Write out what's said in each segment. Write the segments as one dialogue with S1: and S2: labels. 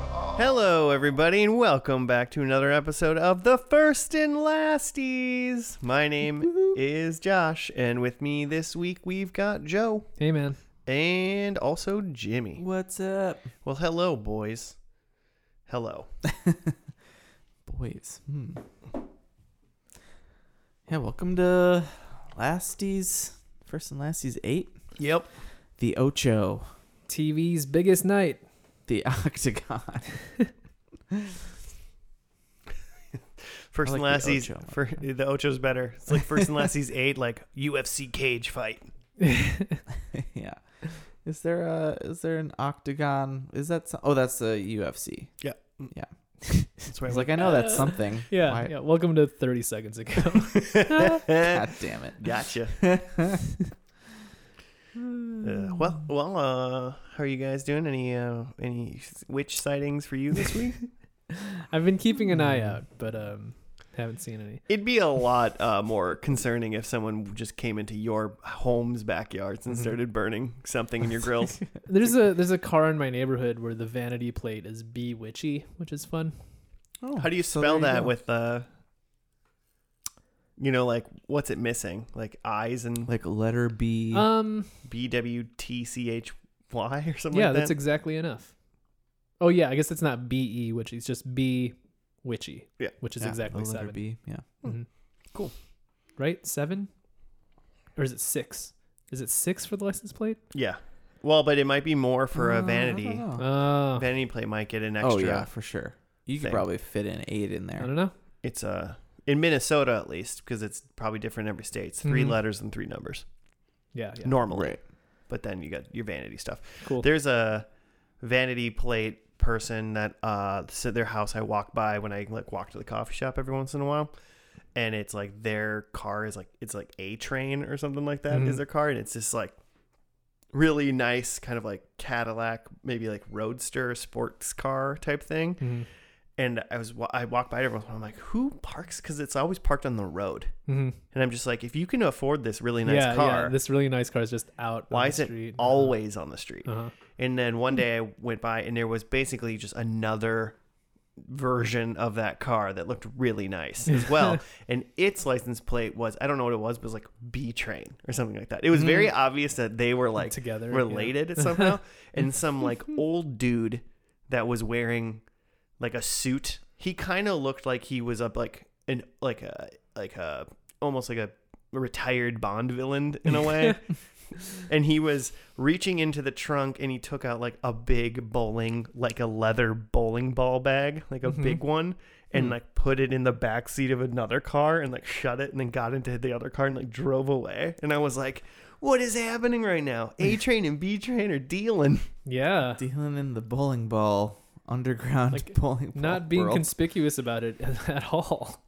S1: Hello, everybody, and welcome back to another episode of the First and Lasties. My name is Josh, and with me this week we've got Joe
S2: Hey, man.
S1: and also Jimmy.
S3: What's up,
S1: Well, hello, boys. Hello.
S3: boys? Hmm. Yeah, welcome to Lasties, first and Lasties eight,
S1: Yep.
S3: the Ocho,
S2: TV's biggest night.
S3: the Octagon.
S1: First
S3: I
S1: and
S3: like the
S1: Lasties.
S3: Ocho.
S1: fir- the Ocho's better. It's like First and Lasties 8, like UFC cage fight.
S3: yeah, is there a is there an Octagon? Is that so- oh that's the UFC?
S1: That's
S3: I
S1: where
S3: was like I know that's something.
S2: Uh, Yeah,
S3: Why-
S2: yeah. Welcome to 30 seconds ago.
S3: God damn it.
S1: Gotcha. Uh, well, well, uh, how are you guys doing? Any uh, any witch sightings for you this week?
S2: I've been keeping an
S3: Mm.
S2: eye out, but um, haven't seen any.
S1: It'd be a lot uh, more concerning if someone just came into your home's backyards
S3: Mm-hmm.
S1: and started burning something in your grills.
S2: There's a there's a car in my neighborhood where the vanity plate is be witchy, which is fun.
S3: Oh,
S1: How do you
S3: so
S1: spell
S3: there
S1: that
S3: go.
S1: with uh, you know, like what's it missing? Like eyes and
S3: like letter B?
S2: Um,
S1: B W T C H Y or something.
S2: yeah,
S1: like
S2: that's
S1: that?
S2: exactly enough. Oh yeah, I guess it's not B E witchy. It's just B witchy.
S1: Yeah.
S2: which is
S3: Yeah,
S2: exactly
S3: the letter
S2: seven.
S3: B. Yeah.
S2: Mhm.
S1: Cool.
S2: Right, seven, or is it six? Is it six for the license plate?
S1: yeah. Well, but it might be more for
S3: Uh, I
S1: a
S3: don't
S1: vanity.
S3: know.
S2: Oh,
S1: Vanity plate might get an extra.
S3: Oh yeah, for sure. You could
S1: thing.
S3: probably fit an eight in
S2: I
S3: there.
S2: don't know.
S1: It's uh, in Minnesota at least because it's probably different in every state. It's 3
S2: Mhm.
S1: letters and three numbers
S2: Yeah, yeah.
S1: normally.
S3: Mm-hmm. Right.
S1: But then you got your vanity stuff.
S2: Cool.
S1: There's a vanity plate person that uh so their house I walk by when I like walk to the coffee shop every once in a while. And it's like their car is like it's like A train or something like that is
S2: Mhm.
S1: their car and it's just like really nice kind of like Cadillac, maybe like roadster sports car type thing.
S2: Mhm.
S1: And I was wa- I walk by it every once in a while, I'm like, "Who parks cuz it's always parked on the road."
S2: Mhm.
S1: And I'm just like, "If you can afford this really nice
S2: yeah,
S1: car,
S2: Yeah, this really nice car is just out.
S1: why
S2: on
S1: is
S2: the
S1: it
S2: street.
S1: always on the street?"
S2: Uh-huh.
S1: And then one day I went by and there was basically just another version of that car that looked really nice as well. and its license plate was I don't know what it was, but it was like B train or something like that. It was very obvious that they were like
S2: Together, yeah.
S1: related somehow. and some like old dude that was wearing like a suit. He kind of looked like he was up like an like a like a almost like a retired Bond villain in a way. and he was reaching into the trunk and he took out like a big bowling like a leather bowling ball bag, like a big one. And like put it in the back seat of another car and like shut it and then got into the other car and like drove away. And I was like, what is happening right now? A train and B train are dealing.
S2: Yeah.
S3: Dealing in the bowling ball underground
S2: Like,
S3: bowling ball
S2: Not being
S3: world.
S2: conspicuous about it at all.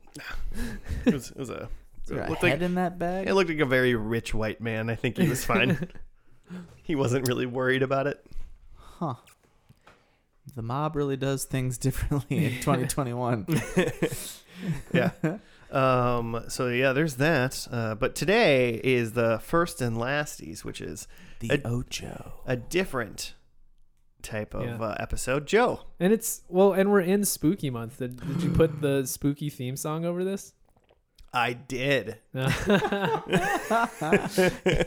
S1: It was, it was a.
S3: Is
S1: It
S3: there a
S1: looked,
S3: head
S1: like,
S3: in that bag.
S1: it looked like a very rich white man. I think he was fine. he wasn't really worried about it.
S3: huh. The mob really does things differently in 2021.
S1: Yeah. Um, so yeah, there's that. Uh, but today is the first and lasties, which is
S3: the
S1: A-
S3: Ocho.
S1: a different type of
S2: Yeah.
S1: uh, episode. Joe,
S2: And it's well, and we're in spooky month. Did, did you put the spooky theme song over this?
S1: I did.
S2: No.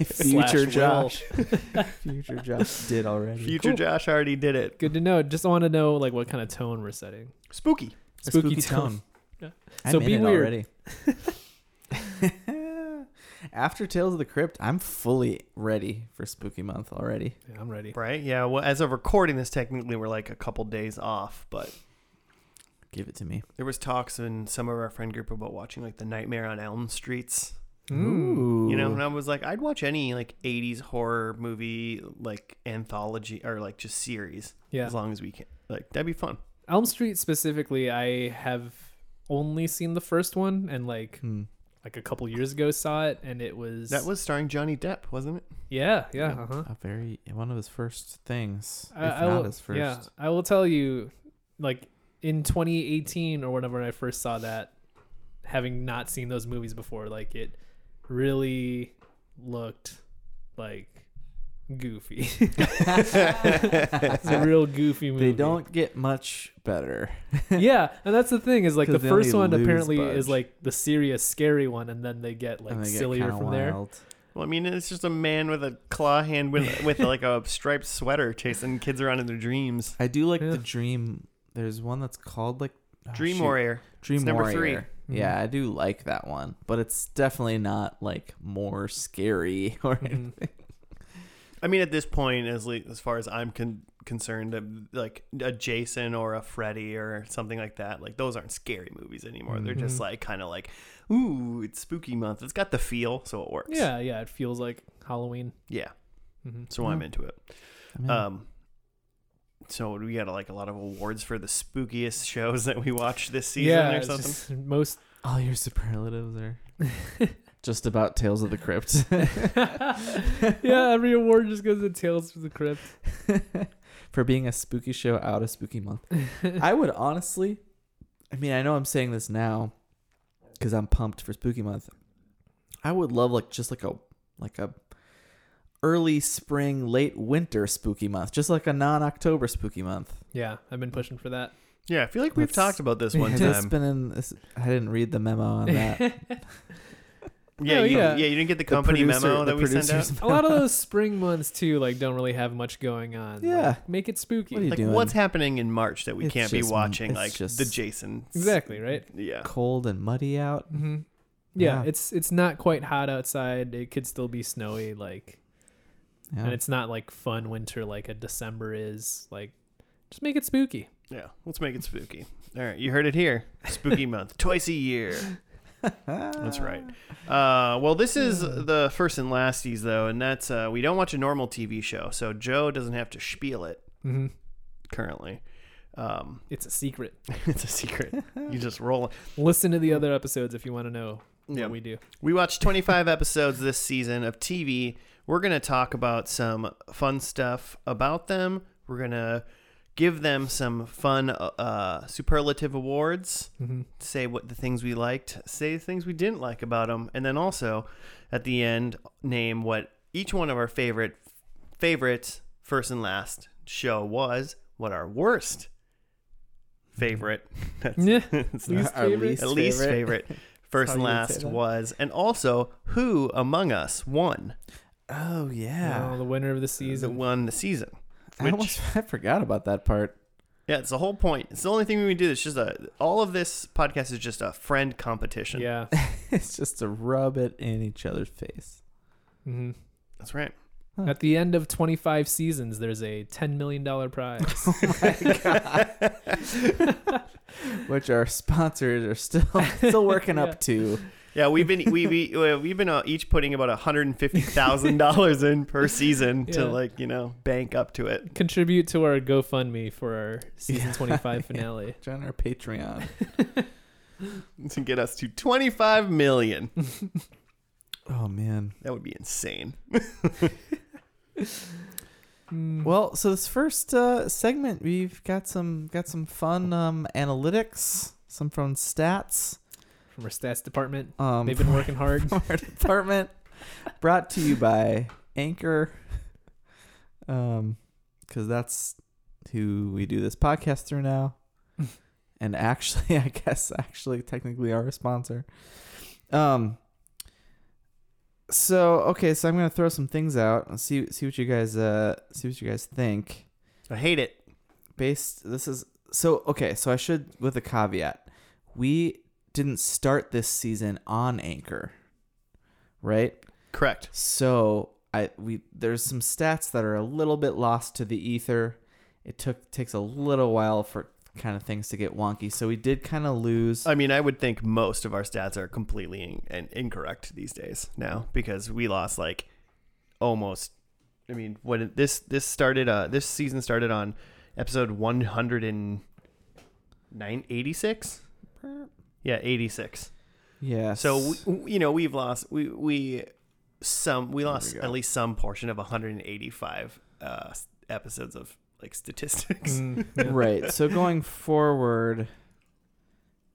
S3: Future
S2: Will.
S3: Josh. Future Josh did already.
S1: Future
S2: Cool.
S1: Josh already did it.
S2: Good to know. Just want to know like what kind of tone we're setting.
S1: Spooky.
S3: A
S2: Spooky tone. Yeah. So
S3: I'm
S2: be
S3: in it
S2: weird.
S3: already. After Tales of the Crypt, I'm fully ready for Spooky Month already.
S2: Yeah, I'm ready.
S1: Right? Yeah. Well, as of recording this, technically we're like a couple days off, but
S3: Give it to me.
S1: There was talks in some of our friend group about watching like the Nightmare on Elm Streets,
S2: Mm.
S1: you know, and I was like, I'd watch any like '80s horror movie, like anthology or like just series,
S2: Yeah.
S1: as long as we can. Like that'd be fun.
S2: Elm Street specifically, I have only seen the first one, and like
S3: Hmm.
S2: like a couple years ago saw it, and it was
S1: That was starring Johnny Depp, wasn't it?
S2: yeah yeah uh-huh.
S3: a very one of his first things,
S2: I-
S3: if
S2: I
S3: not
S2: will-
S3: his first.
S2: Yeah, I will tell you, like in 2018 or whenever I first saw that, having not seen those movies before, like it really looked like goofy. it's a real goofy movie.
S3: They don't get much better.
S2: Yeah, and that's the thing is like the
S3: 'Cause they
S2: first
S3: only
S2: one
S3: lose
S2: apparently
S3: budge.
S2: is like the serious, scary one, and then they get like
S3: and they get
S2: sillier
S3: kinda
S2: from there.
S3: wild.
S1: Well, I mean, it's just a man with a claw hand with with like a striped sweater chasing kids around in their dreams.
S3: I do like
S2: Yeah.
S3: the dream. There's one that's called like oh,
S1: Dream
S3: shoot.
S1: Warrior.
S3: Dream
S1: It's number
S3: Warrior.
S1: three.
S2: Mm-hmm.
S3: Yeah, I do like that one, but it's definitely not like more scary or
S2: Mhm.
S1: I mean, at this point, as le- as far as I'm con- concerned, uh, like a Jason or a Freddy or something like that, like those aren't scary movies anymore. They're just
S2: Mhm.
S1: like kind of like, ooh, it's spooky month. It's got the feel, so it works.
S2: Yeah, yeah, it feels like Halloween.
S1: yeah.
S2: hmm
S1: So I'm into it.
S3: I mean,
S1: Um, so we got like a lot of awards for the spookiest shows that we watched this season
S2: yeah,
S1: or
S2: it's
S1: something.
S2: just most.
S3: all your superlatives are just about Tales of the Crypt.
S2: yeah, every award just goes to Tales from the Crypt.
S3: for being a spooky show out of spooky month. I would honestly, I mean, I know I'm saying this now because I'm pumped for spooky month. I would love like just like a like a early spring, late winter spooky month, just like a non-October spooky month.
S2: yeah, I've been pushing for that.
S1: Yeah, I feel like we've
S3: That's-
S1: talked about this one
S3: Has this
S1: time.
S3: been in this, I didn't read the memo on that.
S1: yeah,
S2: Oh,
S1: you,
S2: yeah.
S1: yeah, you didn't get the company
S3: producer-
S1: memo
S3: the
S1: that we sent out.
S3: producer's
S2: A lot of those spring months too, like don't really have much going on. Like,
S3: Yeah.
S2: make it spooky.
S3: What do you
S1: Like,
S3: doing?
S1: what's happening in March that we
S3: It's
S1: can't be
S3: just-
S1: watching?
S3: it's
S1: Like
S3: just-
S1: the Jason.
S2: exactly right.
S1: Yeah.
S3: cold and muddy out.
S2: hmm Yeah,
S3: Yeah.
S2: it's it's not quite hot outside. It could still be snowy, like,
S3: Yeah.
S2: and it's not like fun winter like a December is. Like, just make it spooky.
S1: Yeah. Let's make it spooky. All right. You heard it here. Spooky month. Twice a year.
S3: Ah.
S1: That's right. Uh, well, this is the first and lasties, though, and that's uh, we don't watch a normal TV show, so Joe doesn't have to spiel it
S2: Mm-hmm.
S1: currently. Um,
S2: It's a secret.
S1: it's a secret. You just roll.
S2: Listen to the other episodes if you want to know
S1: Yeah.
S2: what we do.
S1: We watched 25 episodes this season of TV. We're going to talk about some fun stuff about them. We're going to give them some fun uh, superlative awards,
S2: Mm-hmm.
S1: say what the things we liked, say the things we didn't like about them, and then also at the end name what each one of our favorite favorite first and last show was, what our worst favorite. That's-
S2: Yeah.
S1: it's
S2: Least
S3: Our
S2: favorite?
S3: least
S1: at least favorite, first
S3: how
S1: and
S3: you would
S1: last
S3: say that.
S1: was, and also who among us won
S3: Oh yeah.
S2: Oh, the winner of the
S1: that
S2: season.
S1: won the season.
S3: I
S1: Which-
S3: almost I forgot about that part.
S1: Yeah, it's the whole point. It's the only thing we can do. It's just a all of this podcast is just a friend competition.
S2: Yeah.
S3: It's just to rub it in each other's face.
S2: hmm
S1: that's right.
S3: Huh.
S2: At the end of 25 seasons, there's a $10 million prize.
S3: Which our sponsors are still still working
S2: Yeah.
S3: up to.
S1: Yeah, we've been we we uh, we've been uh, each putting about hundred and fifty thousand dollars in per season
S2: Yeah.
S1: to like you know bank up to it.
S2: Contribute to our GoFundMe for our season
S3: Yeah,
S2: 25
S3: yeah.
S2: finale.
S3: Join our Patreon.
S1: to get us to 25 million.
S3: Oh man.
S1: That would be insane.
S2: Mm.
S3: Well, so this first uh, segment we've got some got some fun um, analytics, some from stats.
S2: From our stats department,
S3: Um,
S2: they've been working hard.
S3: from our department. Brought to you by Anchor, um, because that's who we do this podcast through now, and actually, I guess actually technically our sponsor. Um. So okay, so I'm gonna throw some things out and see see what you guys uh see what you guys think.
S1: I hate it.
S3: Based this is so okay, so I should with a caveat. We didn't start this season on Anchor. Right?
S1: Correct.
S3: So I we there's some stats that are a little bit lost to the ether. It took takes a little while for kind of things to get wonky. So we did kind of lose.
S1: I mean, I would think most of our stats are completely in- and incorrect these days now because we lost like almost. I mean, when it- this this started, uh, this season started on episode one hundred and nine eighty six. Yeah, eighty six.
S3: yeah.
S1: So we, you know, we've lost we we some we lost
S3: go.
S1: at least some portion of one hundred and eighty five uh, s- episodes of like statistics.
S2: Mm, yeah.
S3: right. So going forward,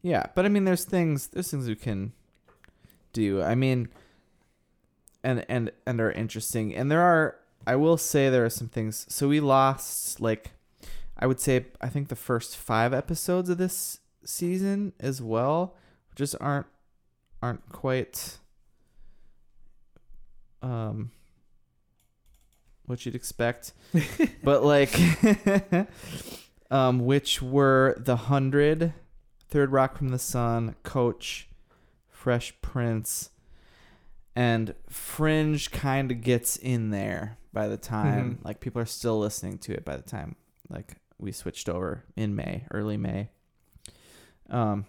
S3: yeah. But I mean, there's things there's things we can do. I mean, and and and are interesting. And there are I will say there are some things. So we lost like I would say I think the first 5 episodes of this season as well just aren't aren't quite um what you'd expect. but like um which were The 100, Third Rock from the Sun, Coach, Fresh Prince, and fringe kind of gets in there by the time
S2: Mhm.
S3: like people are still listening to it by the time like we switched over in may early may um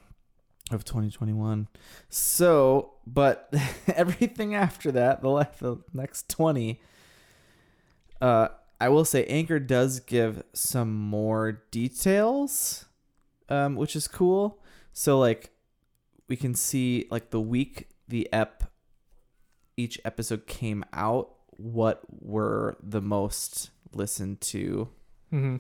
S3: of 2021 so but everything after that the, le- the next 20 uh i will say anchor does give some more details um which is cool so like we can see like the week the ep each episode came out, what were the most listened to?
S2: hmm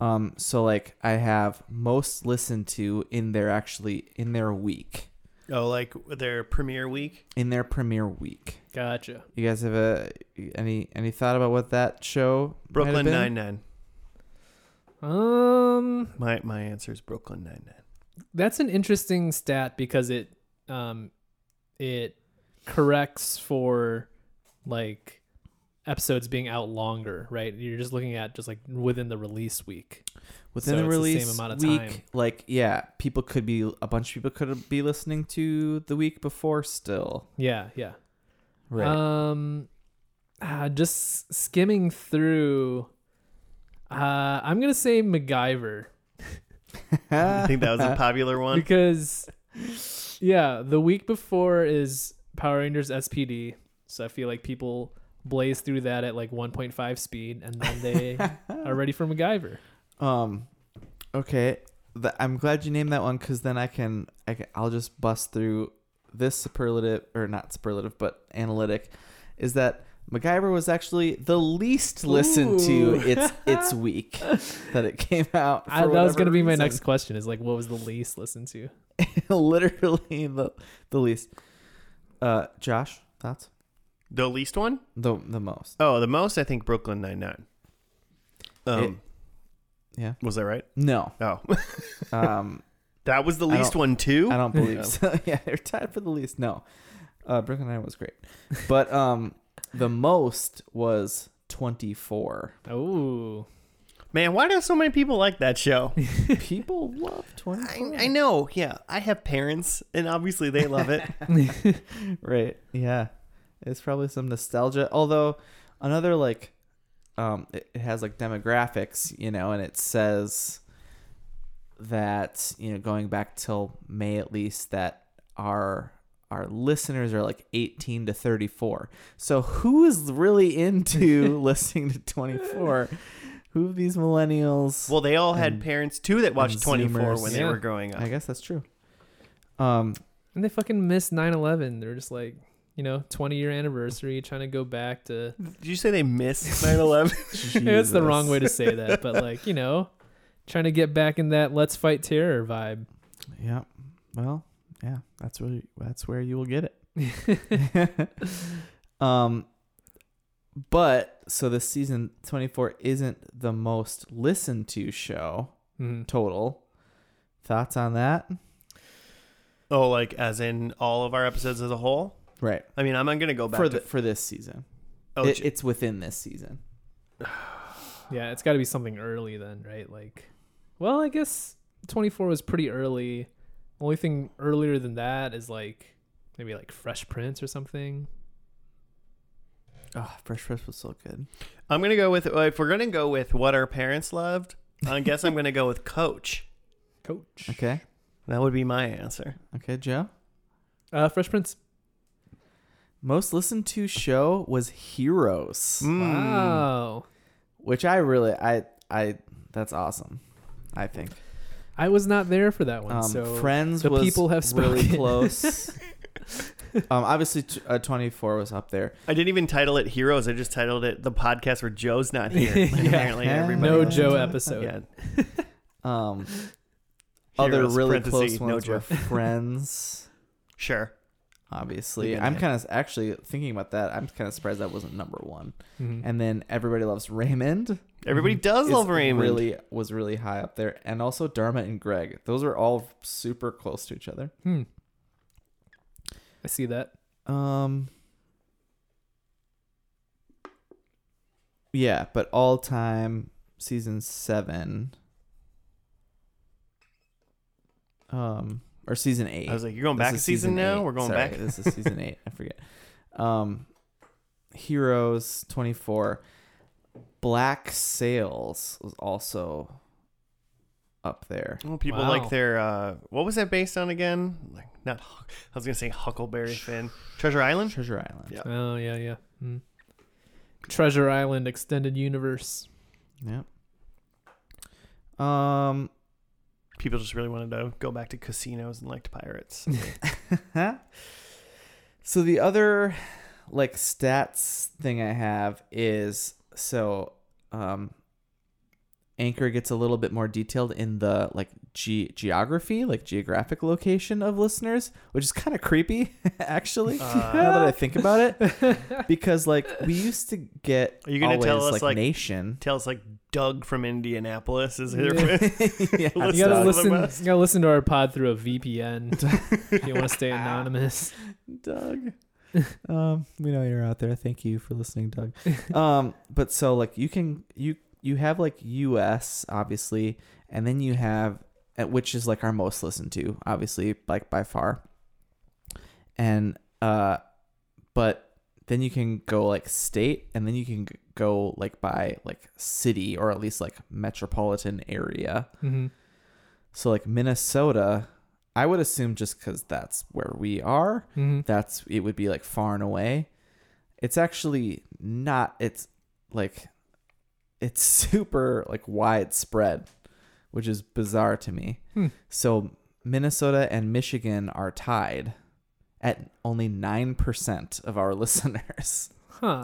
S3: Um, so like I have most listened to in their actually in their week,
S1: Oh, like their premiere week.
S3: in their premiere week.
S2: Gotcha.
S3: You guys have a any any thought about what that show? might have
S1: Brooklyn
S3: been?
S1: Nine Nine.
S2: Um,
S1: My my answer is Brooklyn Nine Nine.
S2: that's an interesting stat because it, um, it corrects for like episodes being out longer, right? You're just looking at just like within the release week.
S3: within
S2: So it's
S3: the
S2: the same
S3: release
S2: amount of
S3: week.
S2: time.
S3: Like yeah, people could be a bunch of people could be listening to the week before still.
S2: Yeah, yeah.
S3: Right.
S2: Um, uh, just skimming through. Uh, I'm gonna say MacGyver
S1: I think that was a popular one.
S2: because, yeah, the week before is Power Rangers SPD, so I feel like people blaze through that at like 1.5 speed, and then they are ready for MacGyver.
S3: Um, okay. The, I'm glad you named that one because then I can, I can I'll just bust through this superlative or not superlative but analytic is that MacGyver was actually the least listened
S2: Ooh.
S3: to its its week that it came out.
S2: I, that
S3: for
S2: was
S3: whatever
S2: gonna be my
S3: reason.
S2: next question: is like, what was the least listened to?
S3: literally the the least. Uh, Josh, thoughts
S1: The least one?
S3: the the most.
S1: Oh, the most I think Brooklyn Nine Nine. Um,
S3: yeah.
S1: Was that right?
S3: No,
S1: Oh,
S3: um,
S1: that was the
S3: I
S1: least
S3: don't-
S1: one too.
S3: I don't
S1: Yeah.
S3: believe so. yeah, they're tied for the least. No, uh, Brooklyn Nine was great, but um, the most was twenty four.
S2: Oh,
S1: Man, why do so many people like that show?
S3: People love twenty
S1: I,
S3: four.
S1: I know. Yeah, I have parents, and obviously they love it.
S3: Right? Yeah, it's probably some nostalgia. Although another like, um, it, it has like demographics, you know, and it says that you know going back till May at least that our our listeners are like 18 to 34. So who is really into listening to 24? Who of these millennials?
S1: well, they all had
S3: And-
S1: parents too that watched
S3: and
S1: Twenty Four
S3: Zoomers.
S1: when they
S2: Yeah.
S1: were growing
S3: I
S1: up.
S3: guess that's true. Um
S2: and they fucking missed 9/11. They're just like, you know, 20 year anniversary, trying to go back to
S1: Did you say they missed 9/11?
S2: It's the wrong way to say that, but like, you know, trying to get back in that let's fight terror vibe.
S3: Yeah. Well, yeah, that's where that's where you will get it. um but so this season 24 isn't the most listened to show
S2: Mhm.
S3: total. Thoughts on that?
S1: oh, like as in all of our episodes as a whole.
S3: Right.
S1: I mean, I'm gonna go back
S3: For
S1: to
S3: the for this season.
S1: oh,
S3: It-
S1: j-
S3: it's within this season.
S2: Yeah, it's got to be something early then, right? Like, well, I guess 24 was pretty early. Only thing earlier than that is like maybe like Fresh Prince or something.
S3: Oh, Fresh Prince was so good.
S1: I'm gonna go with if we're gonna go with what our parents loved. I guess I'm gonna go with Coach.
S2: Coach.
S3: Okay.
S1: That would be my answer.
S3: Okay, Joe.
S2: Uh, Fresh Prince.
S3: Most listened to show was Heroes.
S1: Mm.
S2: Wow.
S3: which I really I I that's awesome. I think
S2: I was not there for that one.
S3: um,
S2: so
S3: Friends
S2: the
S3: was
S2: people have
S3: really
S2: spoken.
S3: close. um, obviously, t- uh, twenty four was up there.
S1: I didn't even title it Heroes. I just titled it the podcast where Joe's not here.
S2: Yeah.
S1: Apparently, everybody.
S2: no
S3: was-
S2: Joe episode.
S1: Yeah.
S3: Um, other
S1: Heroes,
S3: really
S1: parentheses,
S3: close ones
S1: no
S3: were
S1: Joe.
S3: Friends,
S1: Sure.
S3: obviously.
S1: Big
S3: I'm
S1: Night.
S3: kind of actually thinking about that. I'm kind of surprised that wasn't number one.
S2: Mhm.
S3: And then Everybody Loves Raymond.
S1: Everybody does
S3: is
S1: love Raymond.
S3: Mm-hmm. Really was really high up there, and also Dharma and Greg. Those are all super close to each other.
S2: Hmm. I see that.
S3: Um. Yeah, but all time season seven. Um, or season eight.
S1: I was like, you're going back a
S3: This is
S1: season, now.
S3: eight.
S1: We're going
S3: Sorry,
S1: back.
S3: This is season eight. I forget. Um, Heroes twenty four. Black Sails was also up there.
S1: Well, people
S2: Wow.
S1: like their uh, what was that based on again? Like not, Huck- I was gonna say Huckleberry Finn, Treasure Island.
S3: Treasure Island.
S1: Yeah.
S2: Oh yeah, yeah. Mm. Treasure Island extended universe.
S3: Yep. Um.
S1: People just really wanted to go back to casinos and liked pirates.
S3: Huh? So the other like stats thing I have is so um Anchor gets a little bit more detailed in the like ge- geography, like geographic location of listeners, which is kind of creepy actually.
S1: Uh.
S3: now that I think about it, because like we used to get
S1: Are you gonna tell
S3: always,
S1: us, like,
S3: nation.
S1: Tells like Doug from Indianapolis is here.
S2: Yeah.
S3: yeah,
S2: You gotta
S1: Doug.
S2: listen.
S1: The
S2: You
S1: best.
S2: gotta listen to our pod through a VPN if you want to stay anonymous.
S3: Doug. um, we know you're out there. Thank you for listening, Doug. Um, but so like you can you you have like U.S. obviously, and then you have uh, which is like our most listened to, obviously, like by far. And uh, but then you can go like state, and then you can g- go like by like city or at least like metropolitan area.
S2: Mm-hmm.
S3: So like Minnesota, I would assume just because that's where we are
S2: Mm-hmm.
S3: that's it would be like far and away. It's actually not it's like it's super like widespread, which is bizarre to me.
S2: Hmm.
S3: So Minnesota and Michigan are tied at only 9% of our listeners.
S2: Huh.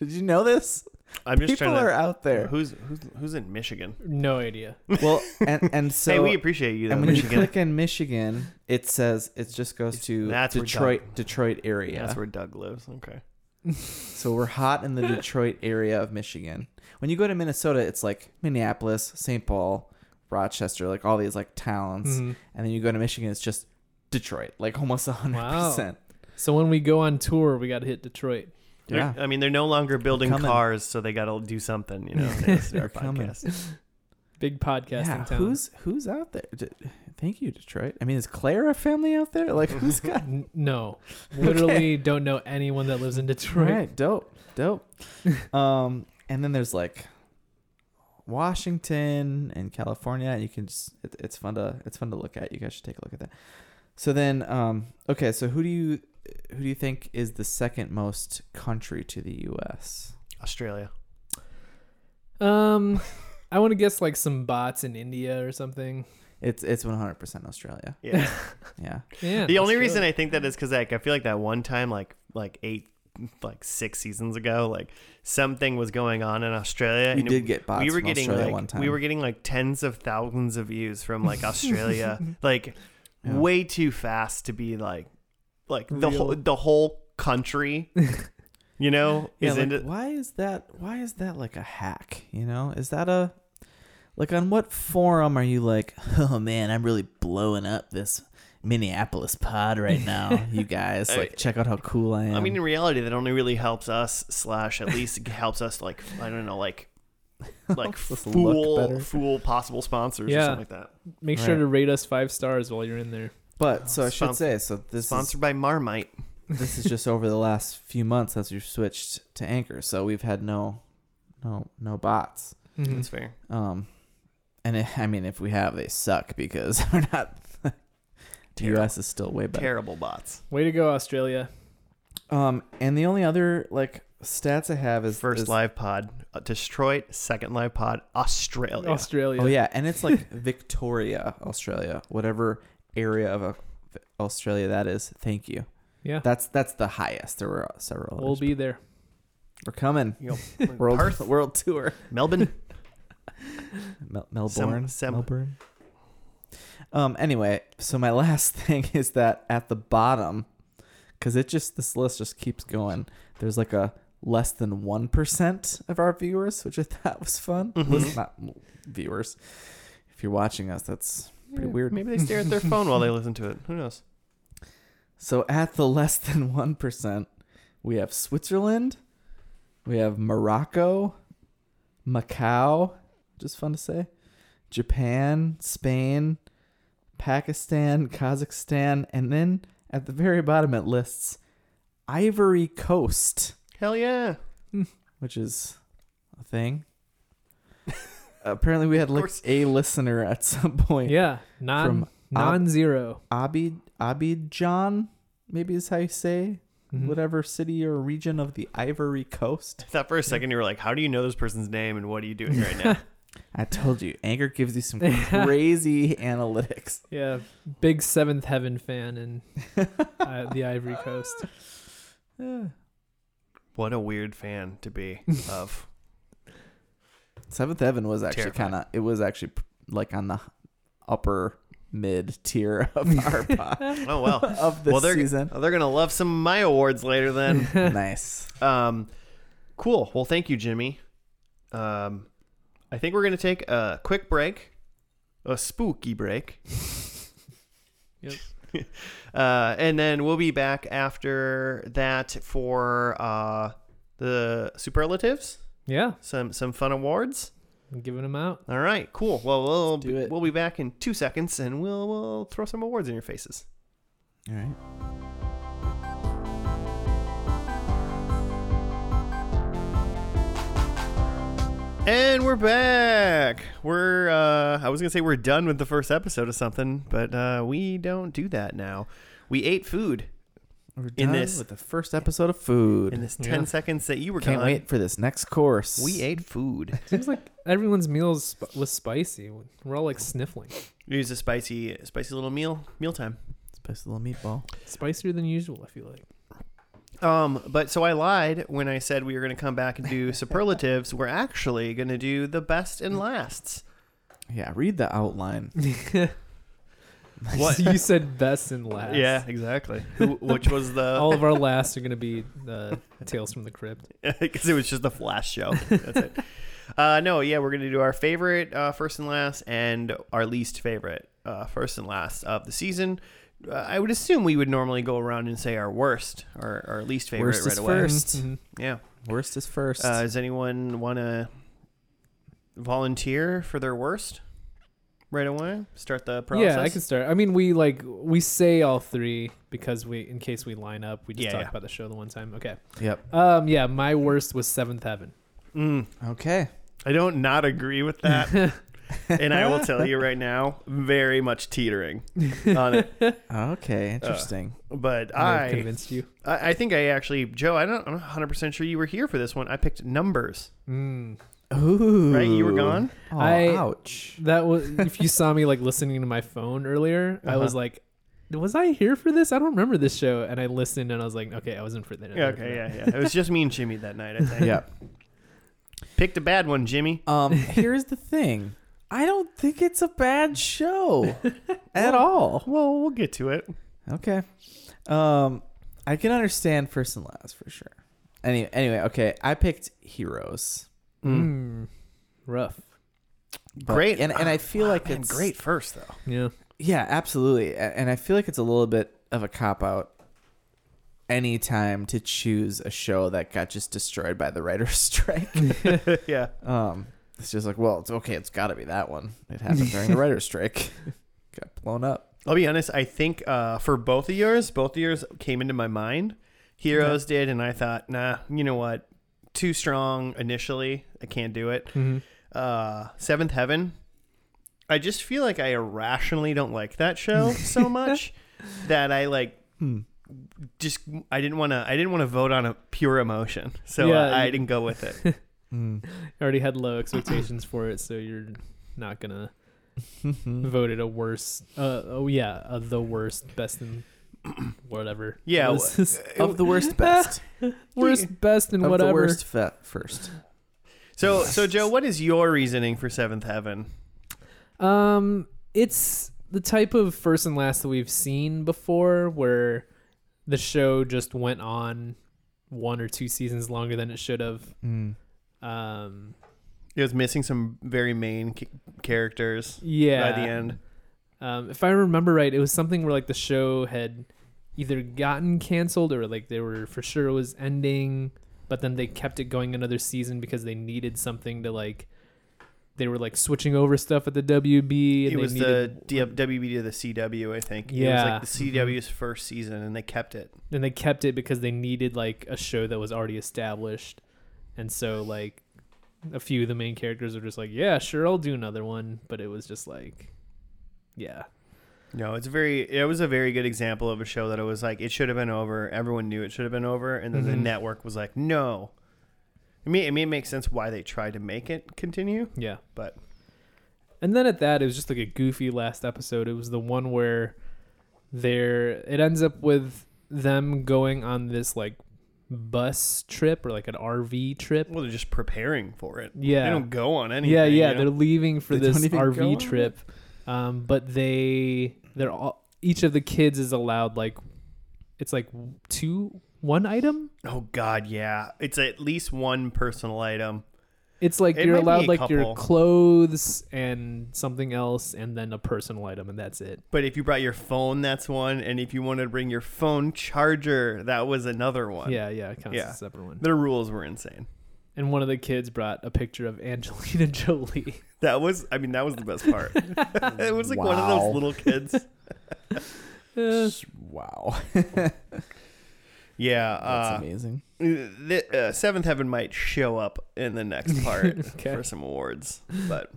S3: Did you know this?
S1: I'm just
S3: People
S1: trying to.
S3: are out there.
S1: Who's who's who's in Michigan?
S2: No idea.
S3: well, and and so
S1: hey, we appreciate you, though,
S3: and when you
S1: Michigan.
S3: click in Michigan, it says it just goes to
S1: That's where
S3: Detroit
S1: Doug-
S3: Detroit area.
S1: That's where Doug lives. Okay.
S3: So we're hot in the Detroit area of Michigan. When you go to Minnesota, it's like Minneapolis, St. Paul, Rochester, like all these like towns.
S2: Mhm.
S3: And then you go to Michigan, it's just Detroit, like almost 100%.
S2: So when we go on tour, we gotta hit Detroit.
S1: They're-
S3: Yeah.
S1: I mean, they're no longer building
S3: coming.
S1: cars, so they got to do something. You know, they listen to our
S3: They're coming.
S1: podcast.
S2: Big podcasting
S3: Yeah,
S2: town.
S3: who's who's out there? D- Thank you, Detroit. I mean, is Claire a family out there? Like, who's got?
S2: N- no, literally don't know anyone that lives in Detroit.
S3: Right, dope, dope. um, and then there's like Washington and California. You can just it, it's fun to it's fun to look at. You guys should take a look at that. So then, um, okay, so who do you who do you think is the second most country to the U.S.?
S1: Australia.
S2: Um, I want to guess like some bots in India or something.
S3: It's it's one hundred percent Australia.
S1: Yeah.
S3: Yeah,
S2: Yeah.
S1: the only
S2: Australia.
S1: reason I think that is because like I feel like that one time like like eight like six seasons ago like something was going on in Australia
S3: we
S1: and
S3: did get bots
S1: we were
S3: from
S1: getting
S3: Australia
S1: like
S3: one time.
S1: we were getting like tens of thousands of views from like Australia like
S3: Yeah.
S1: way too fast to be like like the
S2: Real.
S1: whole the whole country you know
S3: yeah,
S1: is
S3: like,
S1: into
S3: why is that? Why is that like a hack? You know, is that a like on what forum are you like? Oh man, I'm really blowing up this Minneapolis pod right now, you guys. Like, check out how cool I am.
S1: I mean, in reality, that only really helps us. Slash, at least helps us. Like, I don't know, like, like
S3: Helps us look
S1: fool,
S3: better.
S1: fool possible sponsors or
S2: Yeah.
S1: something like that.
S2: make sure
S3: Right.
S2: to rate us five stars while you're in there.
S3: but so I should
S1: Spons-
S3: say, so this is,
S1: Sponsored by Marmite.
S3: this is just over the last few months as we've switched to Anchor, so we've had no, no, no bots.
S1: That's fair.
S3: Um, and it, I mean, if we have, they suck because we're not. The
S1: Terrible.
S3: U.S. is still way better.
S1: Terrible bots.
S2: Way to go, Australia.
S3: Um, and the only other like stats I have is
S1: First
S3: is,
S1: live pod, uh, Detroit. Second live pod, Australia.
S2: Australia.
S3: Oh yeah, and it's like Victoria, Australia, whatever area of uh, Australia that is. Thank you.
S2: Yeah.
S3: That's that's the highest. There were several.
S2: We'll
S3: others.
S2: be there.
S3: We're coming.
S1: You know,
S3: World
S1: Perth,
S3: world tour.
S1: Melbourne.
S3: Mel- Melbourne.
S1: sem-
S3: Melbourne. Um. Anyway, so my last thing is that at the bottom, because it just this list just keeps going. There's like a less than one percent of our viewers, which I thought was fun.
S1: Mhm.
S3: Listen, not viewers. If you're watching us, that's pretty
S1: Yeah,
S3: weird.
S1: Maybe they stare at their phone while they listen to it. Who knows?
S3: So at the less than 1%, we have Switzerland, we have Morocco, Macau, just fun to say, Japan, Spain, Pakistan, Kazakhstan, and then at the very bottom it lists Ivory Coast,
S1: Hell yeah!
S3: which is a thing. Apparently we had like
S1: course.
S3: a listener at some point.
S2: Yeah, non
S3: From Ab-
S2: non-zero.
S3: Abid Abidjan, maybe is how you say
S2: Mhm.
S3: whatever city or region of the Ivory Coast.
S1: I thought for a second you were like, "How do you know this person's name and what are you doing right now?"
S3: I told you, anger gives you some crazy analytics.
S2: Yeah, big Seventh Heaven fan in uh, the Ivory Coast.
S3: Yeah.
S1: what a weird fan to be of.
S3: Seventh Heaven was actually
S1: Terrifying.
S3: kind of it was actually like on the upper mid tier of our pod,
S1: Oh well.
S3: of this
S1: Well, they're-
S3: season.
S1: Oh, they're gonna love some of my awards later then.
S3: nice.
S1: Um, cool. Well, thank you, Jimmy. Um, I think we're gonna take a quick break, a spooky break.
S2: Yep.
S1: uh, and then we'll be back after that for uh, the superlatives,
S2: Yeah,
S1: some some fun awards.
S2: I'm giving them out.
S1: All right, cool. Well, we'll
S3: do it.
S1: we'll be back in two seconds, and we'll we'll throw some awards in your faces.
S3: All right.
S1: And we're back. We're uh I was going to say we're done with the first episode of something, but uh we don't do that now. We ate food
S3: We're
S1: In
S3: done
S1: this-
S3: with the first episode of
S1: in
S3: food.
S1: this 10
S2: Yeah.
S1: seconds that you were
S3: Can't
S1: gone.
S3: wait for this next course.
S1: We ate food.
S2: Seems like everyone's meals sp- was spicy. We're all like sniffling,
S1: It was a spicy spicy little meal mealtime.
S3: Spicy little meatball.
S2: spicier than usual. I feel like.
S1: Um but so I lied when I said we were going to come back and do superlatives. We're actually going to do the best and lasts.
S3: Yeah, read the outline.
S1: What?
S2: you said best and last.
S1: Yeah, exactly. Who, which was the
S2: All of our lasts are gonna be the Tales from the Crypt.
S1: because it was just a flash show. That's it. Uh, no, yeah, we're gonna do our favorite uh, first and last, and our least favorite uh, first and last of the season. Uh, I would assume we would normally go around and say our worst or our least favorite
S3: Worst
S1: right
S3: is
S1: away.
S3: First.
S2: Mhm.
S1: Yeah.
S3: Worst is first.
S1: Uh, does anyone want to volunteer for their worst right away? Start the process.
S2: Yeah, I can start. I mean, we like we say all three because we, in case we line up, we just
S1: Yeah,
S2: talk
S1: yeah.
S2: about the show the one time. Okay.
S3: yep.
S2: Um. Yeah. My worst was Seventh Heaven.
S1: Mm,
S3: Okay.
S1: I don't not agree with that, and I will tell you right now, very much teetering on it. uh,
S3: Okay. Interesting.
S1: But
S2: I've
S1: I
S2: convinced you.
S1: I, I think I actually, Joe, I don't, I'm not 100% sure you were here for this one. I picked numbers,
S2: Mm.
S3: Ooh.
S1: right? You were gone?
S3: Oh,
S2: I-
S3: ouch.
S2: That was if you saw me like listening to my phone earlier, I
S1: Uh-huh.
S2: was like, "Was I here for this? I don't remember this show." And I listened, and I was like, "Okay, I wasn't for that."
S1: Yeah, okay, yeah, yeah. It was just me and Jimmy that night, I think.
S3: Yeah.
S1: Picked a bad one, Jimmy.
S3: Um, here's the thing. I don't think it's a bad show at all.
S1: Well, we'll get to it.
S3: Okay. Um, I can understand first and last for sure. Anyway, anyway, okay. I picked heroes.
S2: Mm. Rough.
S3: but-
S1: Great.
S3: and and I feel like
S1: Ah, Man,
S3: it's
S1: great first, though.
S2: Yeah.
S3: Yeah, absolutely. A- And I feel like it's a little bit of a cop out anytime to choose a show that got just destroyed by the writer's strike.
S1: yeah.
S3: Um, it's just like, well, it's okay. It's got to be that one. It happened during the writer's strike. got blown up.
S1: I'll be honest. I think uh, for both of yours, both of yours came into my mind. Heroes did, and I thought, nah, you know what? Too strong initially. I can't do it.
S2: Mhm.
S1: uh Seventh Heaven. I just feel like I irrationally don't like that show so much that I like
S3: Hmm.
S1: just I didn't want to I didn't want to vote on a pure emotion. So
S2: Yeah,
S1: uh, I
S2: you-
S1: didn't go with it. Hmm.
S2: I already had low expectations for it, so you're not gonna vote it a worse. Uh, oh yeah, uh, the worst, best and whatever.
S1: Yeah, uh,
S2: This is-
S3: of the worst best.
S2: worst, best and
S3: of
S2: whatever.
S3: the worst fe- first.
S1: So so Joe, what is your reasoning for Seventh Heaven?
S2: Um, it's the type of first and last that we've seen before where the show just went on one or two seasons longer than it should have.
S1: Hmm.
S3: Mm.
S2: Um,
S1: It was missing some very main c- characters
S2: yeah.
S1: by the end.
S2: Um, if I remember right, it was something where like the show had either gotten canceled or like they were for sure it was ending, but then they kept it going another season because they needed something to like. They were like switching over stuff at the WB. And
S1: It
S2: they
S1: was the
S2: needed,
S1: D- WB to the CW, I think.
S2: Yeah. Mm-hmm.
S1: It was like the CW's first season, and they kept it.
S2: and they kept it because they needed like a show that was already established, and so like a few of the main characters are just like, yeah, sure, I'll do another one, but it was just like, yeah,
S1: No, it's very. It was a very good example of a show that it was like it should have been over. Everyone knew it should have been over, and then the
S2: Mhm.
S1: network was like, "No." I mean, I mean, it makes sense why they tried to make it continue.
S2: yeah.
S1: But-
S2: and then at that, it was just like a goofy last episode. It was the one where they're it ends up with them going on this like bus trip or like an RV trip.
S1: Well, they're just preparing for it. They
S2: Yeah,
S1: don't go on anything.
S2: yeah, yeah.
S1: you know?
S2: They're leaving for
S3: They
S2: this
S3: don't even go on
S2: RV
S3: it?
S2: trip, um, but they they're all each of the kids is allowed like it's like two one item.
S1: Oh God, yeah. It's at least one personal item.
S2: It's like
S1: It
S2: you're
S1: might be
S2: allowed
S1: a
S2: like your
S1: couple.
S2: clothes and something else, and then a personal item, and that's it.
S1: But if you brought your phone, that's one. And if you wanted to bring your phone charger, that was another one.
S2: Yeah, yeah, it counts
S1: Yeah.
S2: as a separate one.
S1: Their rules were insane.
S2: And one of the kids brought a picture of Angelina Jolie.
S1: That was, I mean, that was the best part. it was like one of
S3: Wow.
S1: those little kids.
S2: Eh,
S1: Uh,
S3: Wow,
S1: Yeah.
S3: that's
S1: Uh,
S3: amazing.
S1: the, uh, Seventh Heaven might show up in the next part
S2: Okay.
S1: for some awards. But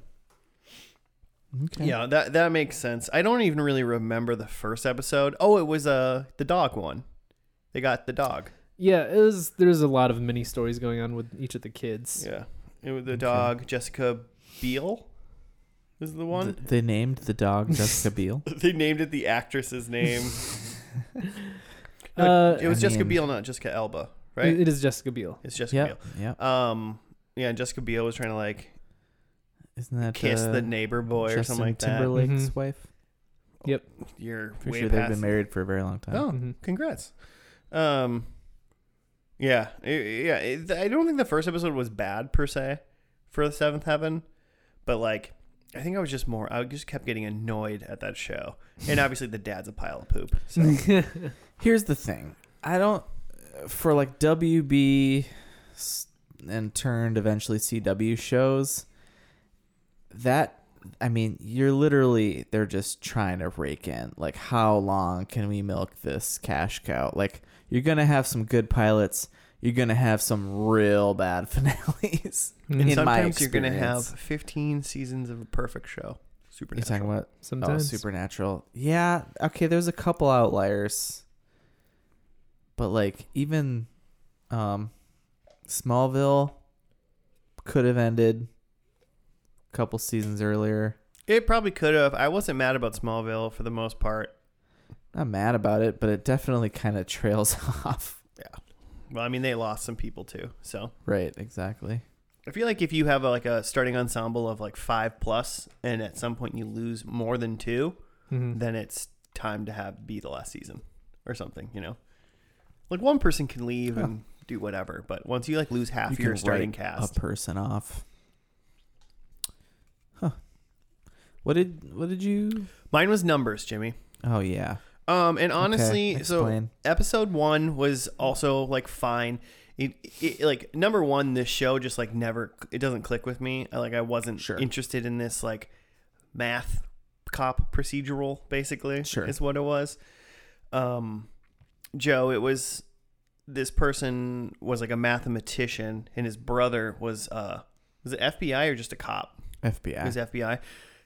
S3: Okay.
S1: yeah, that, that makes sense. I don't even really remember the first episode. Oh, it was uh, the dog one. They got the dog.
S2: yeah, it was. There's a lot of mini stories going on with each of the kids.
S1: Yeah. It was the dog, Jessica Biel is the one.
S3: Th- they named the dog Jessica Biel.
S1: they named it the actress's name.
S2: Uh,
S1: it was
S3: I
S1: Jessica
S3: mean-
S1: Biel, not Jessica Elba, right?
S2: It is Jessica Biel.
S1: it's Jessica
S3: yeah, yeah.
S1: Biel. Um, yeah, and Jessica Biel was trying to like
S3: Isn't that
S1: kiss
S3: uh,
S1: the neighbor boy or
S3: Justin
S1: something like that.
S3: Timberlake's
S2: Mhm.
S3: wife?
S1: You're
S3: Pretty
S1: way
S3: sure they've
S1: past.
S3: been married for a very long time.
S1: Oh,
S2: Mhm.
S1: congrats. Um, yeah, it- yeah. it- I don't think the first episode was bad per se for the Seventh Heaven, but like. I think I was just more. I just kept getting annoyed at that show, and obviously the dad's a pile of poop. So
S3: Here's the thing. I don't for like WB s- and turned eventually CW shows. That I mean, you're literally they're just trying to rake in like how long can we milk this cash cow? Like you're going to have some good pilots, you're going to have some real bad finales.
S2: Mhm.
S3: in my
S1: sometimes you're gonna have
S3: experience.
S1: 15 seasons of a perfect show.
S3: You're talking
S1: Supernatural.
S3: about Oh,
S2: Sometimes.
S3: Supernatural. Yeah. Okay. There's a couple outliers, but like even, um, Smallville could have ended a couple seasons earlier.
S1: It probably could have. I wasn't mad about Smallville for the most part.
S3: Not mad about it, but it definitely kind of trails off.
S1: Well, I mean, they lost some people too. So
S3: Right. Exactly.
S1: I feel like if you have like a starting ensemble of like five plus, and at some point you lose more than two,
S2: Mhm.
S1: then it's time to have be the last season or something. You know, like one person can leave
S3: Huh.
S1: and do whatever, but once you like lose half
S3: You can
S1: your starting
S3: write
S1: cast,
S3: A person off. Huh. What did What did you?
S1: mine was numbers, Jimmy.
S3: Oh yeah.
S1: Um, and
S3: Okay,
S1: honestly, so
S3: explain.
S1: episode one was also like fine. It, it like number one, this show just like never it doesn't click with me. I, Like I wasn't
S3: Sure.
S1: interested in this like math cop procedural. Basically,
S3: Sure.
S1: is what it was. Um, Joe, it was this person was like a mathematician, and his brother was uh was it FBI or just a cop?
S3: FBI.
S1: He was FBI.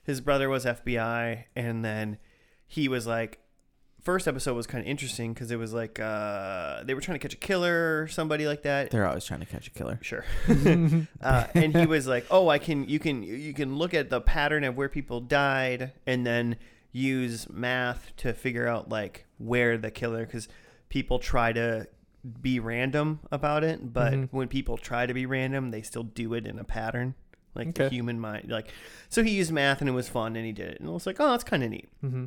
S1: His brother was FBI, and then he was like, first episode was kind of interesting because it was like uh, they were trying to catch a killer or somebody like that.
S3: They're always trying to catch a killer.
S1: Sure.
S2: Mm-hmm.
S1: uh, and he was like, "Oh, I can. You can. You can look at the pattern of where people died, and then use math to figure out like where the killer. Because people try to be random about it, but
S2: Mhm.
S1: when people try to be random, they still do it in a pattern. like the
S2: Okay.
S1: human mind. Like, so he used math and it was fun and he did it, and I was like, oh, that's kind of neat.
S2: Mm-hmm.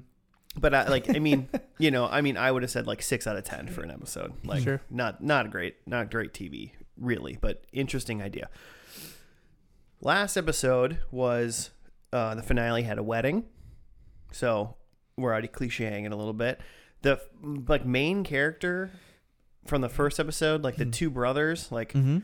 S1: But I like, I mean, you know, I mean, I would have said like six out of ten for an episode. Like,
S2: Sure.
S1: not not great, not great TV really, but interesting idea. Last episode was uh, the finale had a wedding, so we're already clicheing it a little bit. The like main character from the first episode, like the two brothers, like
S3: Mm-hmm.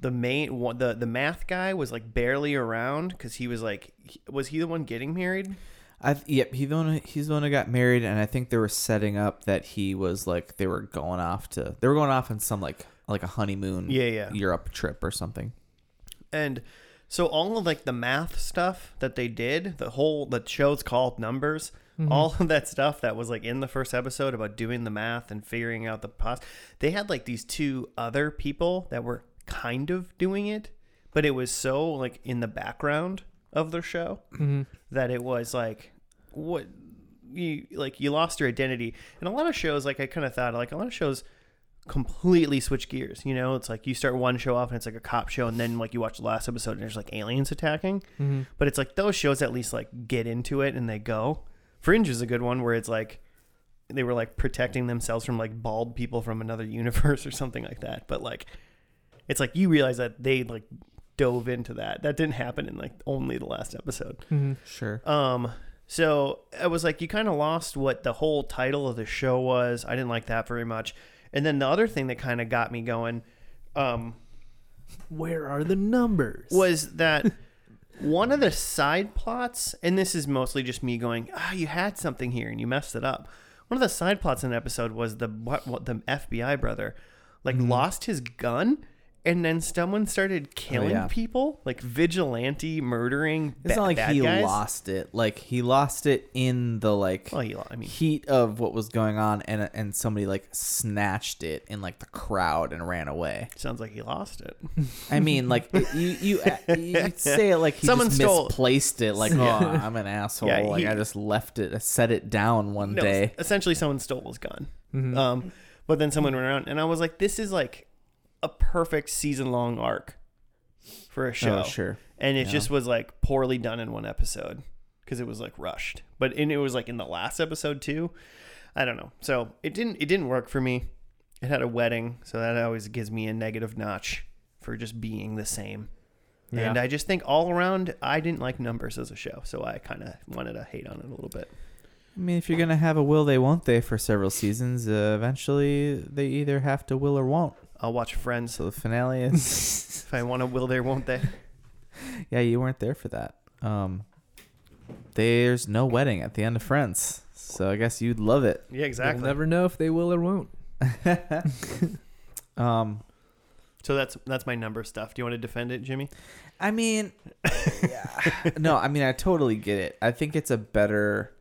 S1: the main one, the the math guy was like barely around because he was like, he- was he the one getting married?
S3: I th- yep, he the one he's the one who got married, and I think they were setting up that he was like they were going off to they were going off on some like like a honeymoon
S1: Yeah, yeah.
S3: Europe trip or something.
S1: And so all of like the math stuff that they did, the whole the show's called Numbers, all of that stuff that was like in the first episode about doing the math and figuring out the pos. They had like these two other people that were kind of doing it, but it was so like in the background of the show
S2: Mm-hmm.
S1: that it was like what you like you lost your identity and a lot of shows like i kind of thought like a lot of shows completely switch gears you know it's like you start one show off and it's like a cop show and then like you watch the last episode and there's like aliens attacking
S2: Mm-hmm.
S1: but it's like those shows at least like get into it and they go fringe is a good one where it's like they were like protecting themselves from like bald people from another universe or something like that but like it's like you realize that they like dove into that that didn't happen in like only the last episode
S2: Mm-hmm.
S3: Sure.
S1: um, so I was like, you kind of lost what the whole title of the show was. I didn't like that very much. And then the other thing that kind of got me going um,
S2: Where are the numbers?
S1: was that one of the side plots, and this is mostly just me going, ah, you had something here and you messed it up. One of the side plots in an episode was the what, what the FBI brother like
S3: Mm-hmm.
S1: lost his gun. And then someone started killing
S3: Oh, yeah.
S1: people, like vigilante murdering.
S3: It's
S1: ba-
S3: not like
S1: bad
S3: he
S1: guys.
S3: lost it. Like he lost it in the like
S1: Well, he lost. I mean,
S3: heat of what was going on, and uh, and somebody like snatched it in like the crowd and ran away.
S1: sounds like he lost it.
S3: I mean, like it- you you you say it like he
S1: Someone
S3: just
S1: stole-
S3: misplaced it. Like oh, I'm an asshole.
S1: Yeah,
S3: like
S1: he-
S3: I just left it. I set it down one
S1: no,
S3: day.
S1: essentially someone stole his gun.
S3: Mm-hmm.
S1: Um, but then someone went around, and I was like, this is like a perfect season long arc for a show.
S3: Oh, sure.
S1: And it
S3: Yeah.
S1: just was like poorly done in one episode because it was like rushed. But and it was like in the last episode too. I don't know. So it didn't it didn't work for me. It had a wedding, so that always gives me a negative notch for just being the same. And
S2: Yeah.
S1: I just think all around, I didn't like numbers as a show, so I kind of wanted to hate on it a little bit.
S3: I mean, if you're gonna have a will they won't they for several seasons, uh, eventually they either have to will or won't.
S1: I'll watch Friends
S3: So the finale is.
S1: If I want to, will there, won't they?
S3: yeah, you weren't there for that. Um, there's no wedding at the end of Friends, so I guess you'd love it.
S1: Yeah,
S2: We'll never know if they will or won't.
S3: Um,
S1: so that's that's my number stuff. Do you want to defend it, Jimmy?
S3: I mean, yeah. no, I mean, I totally get it. I think it's a better,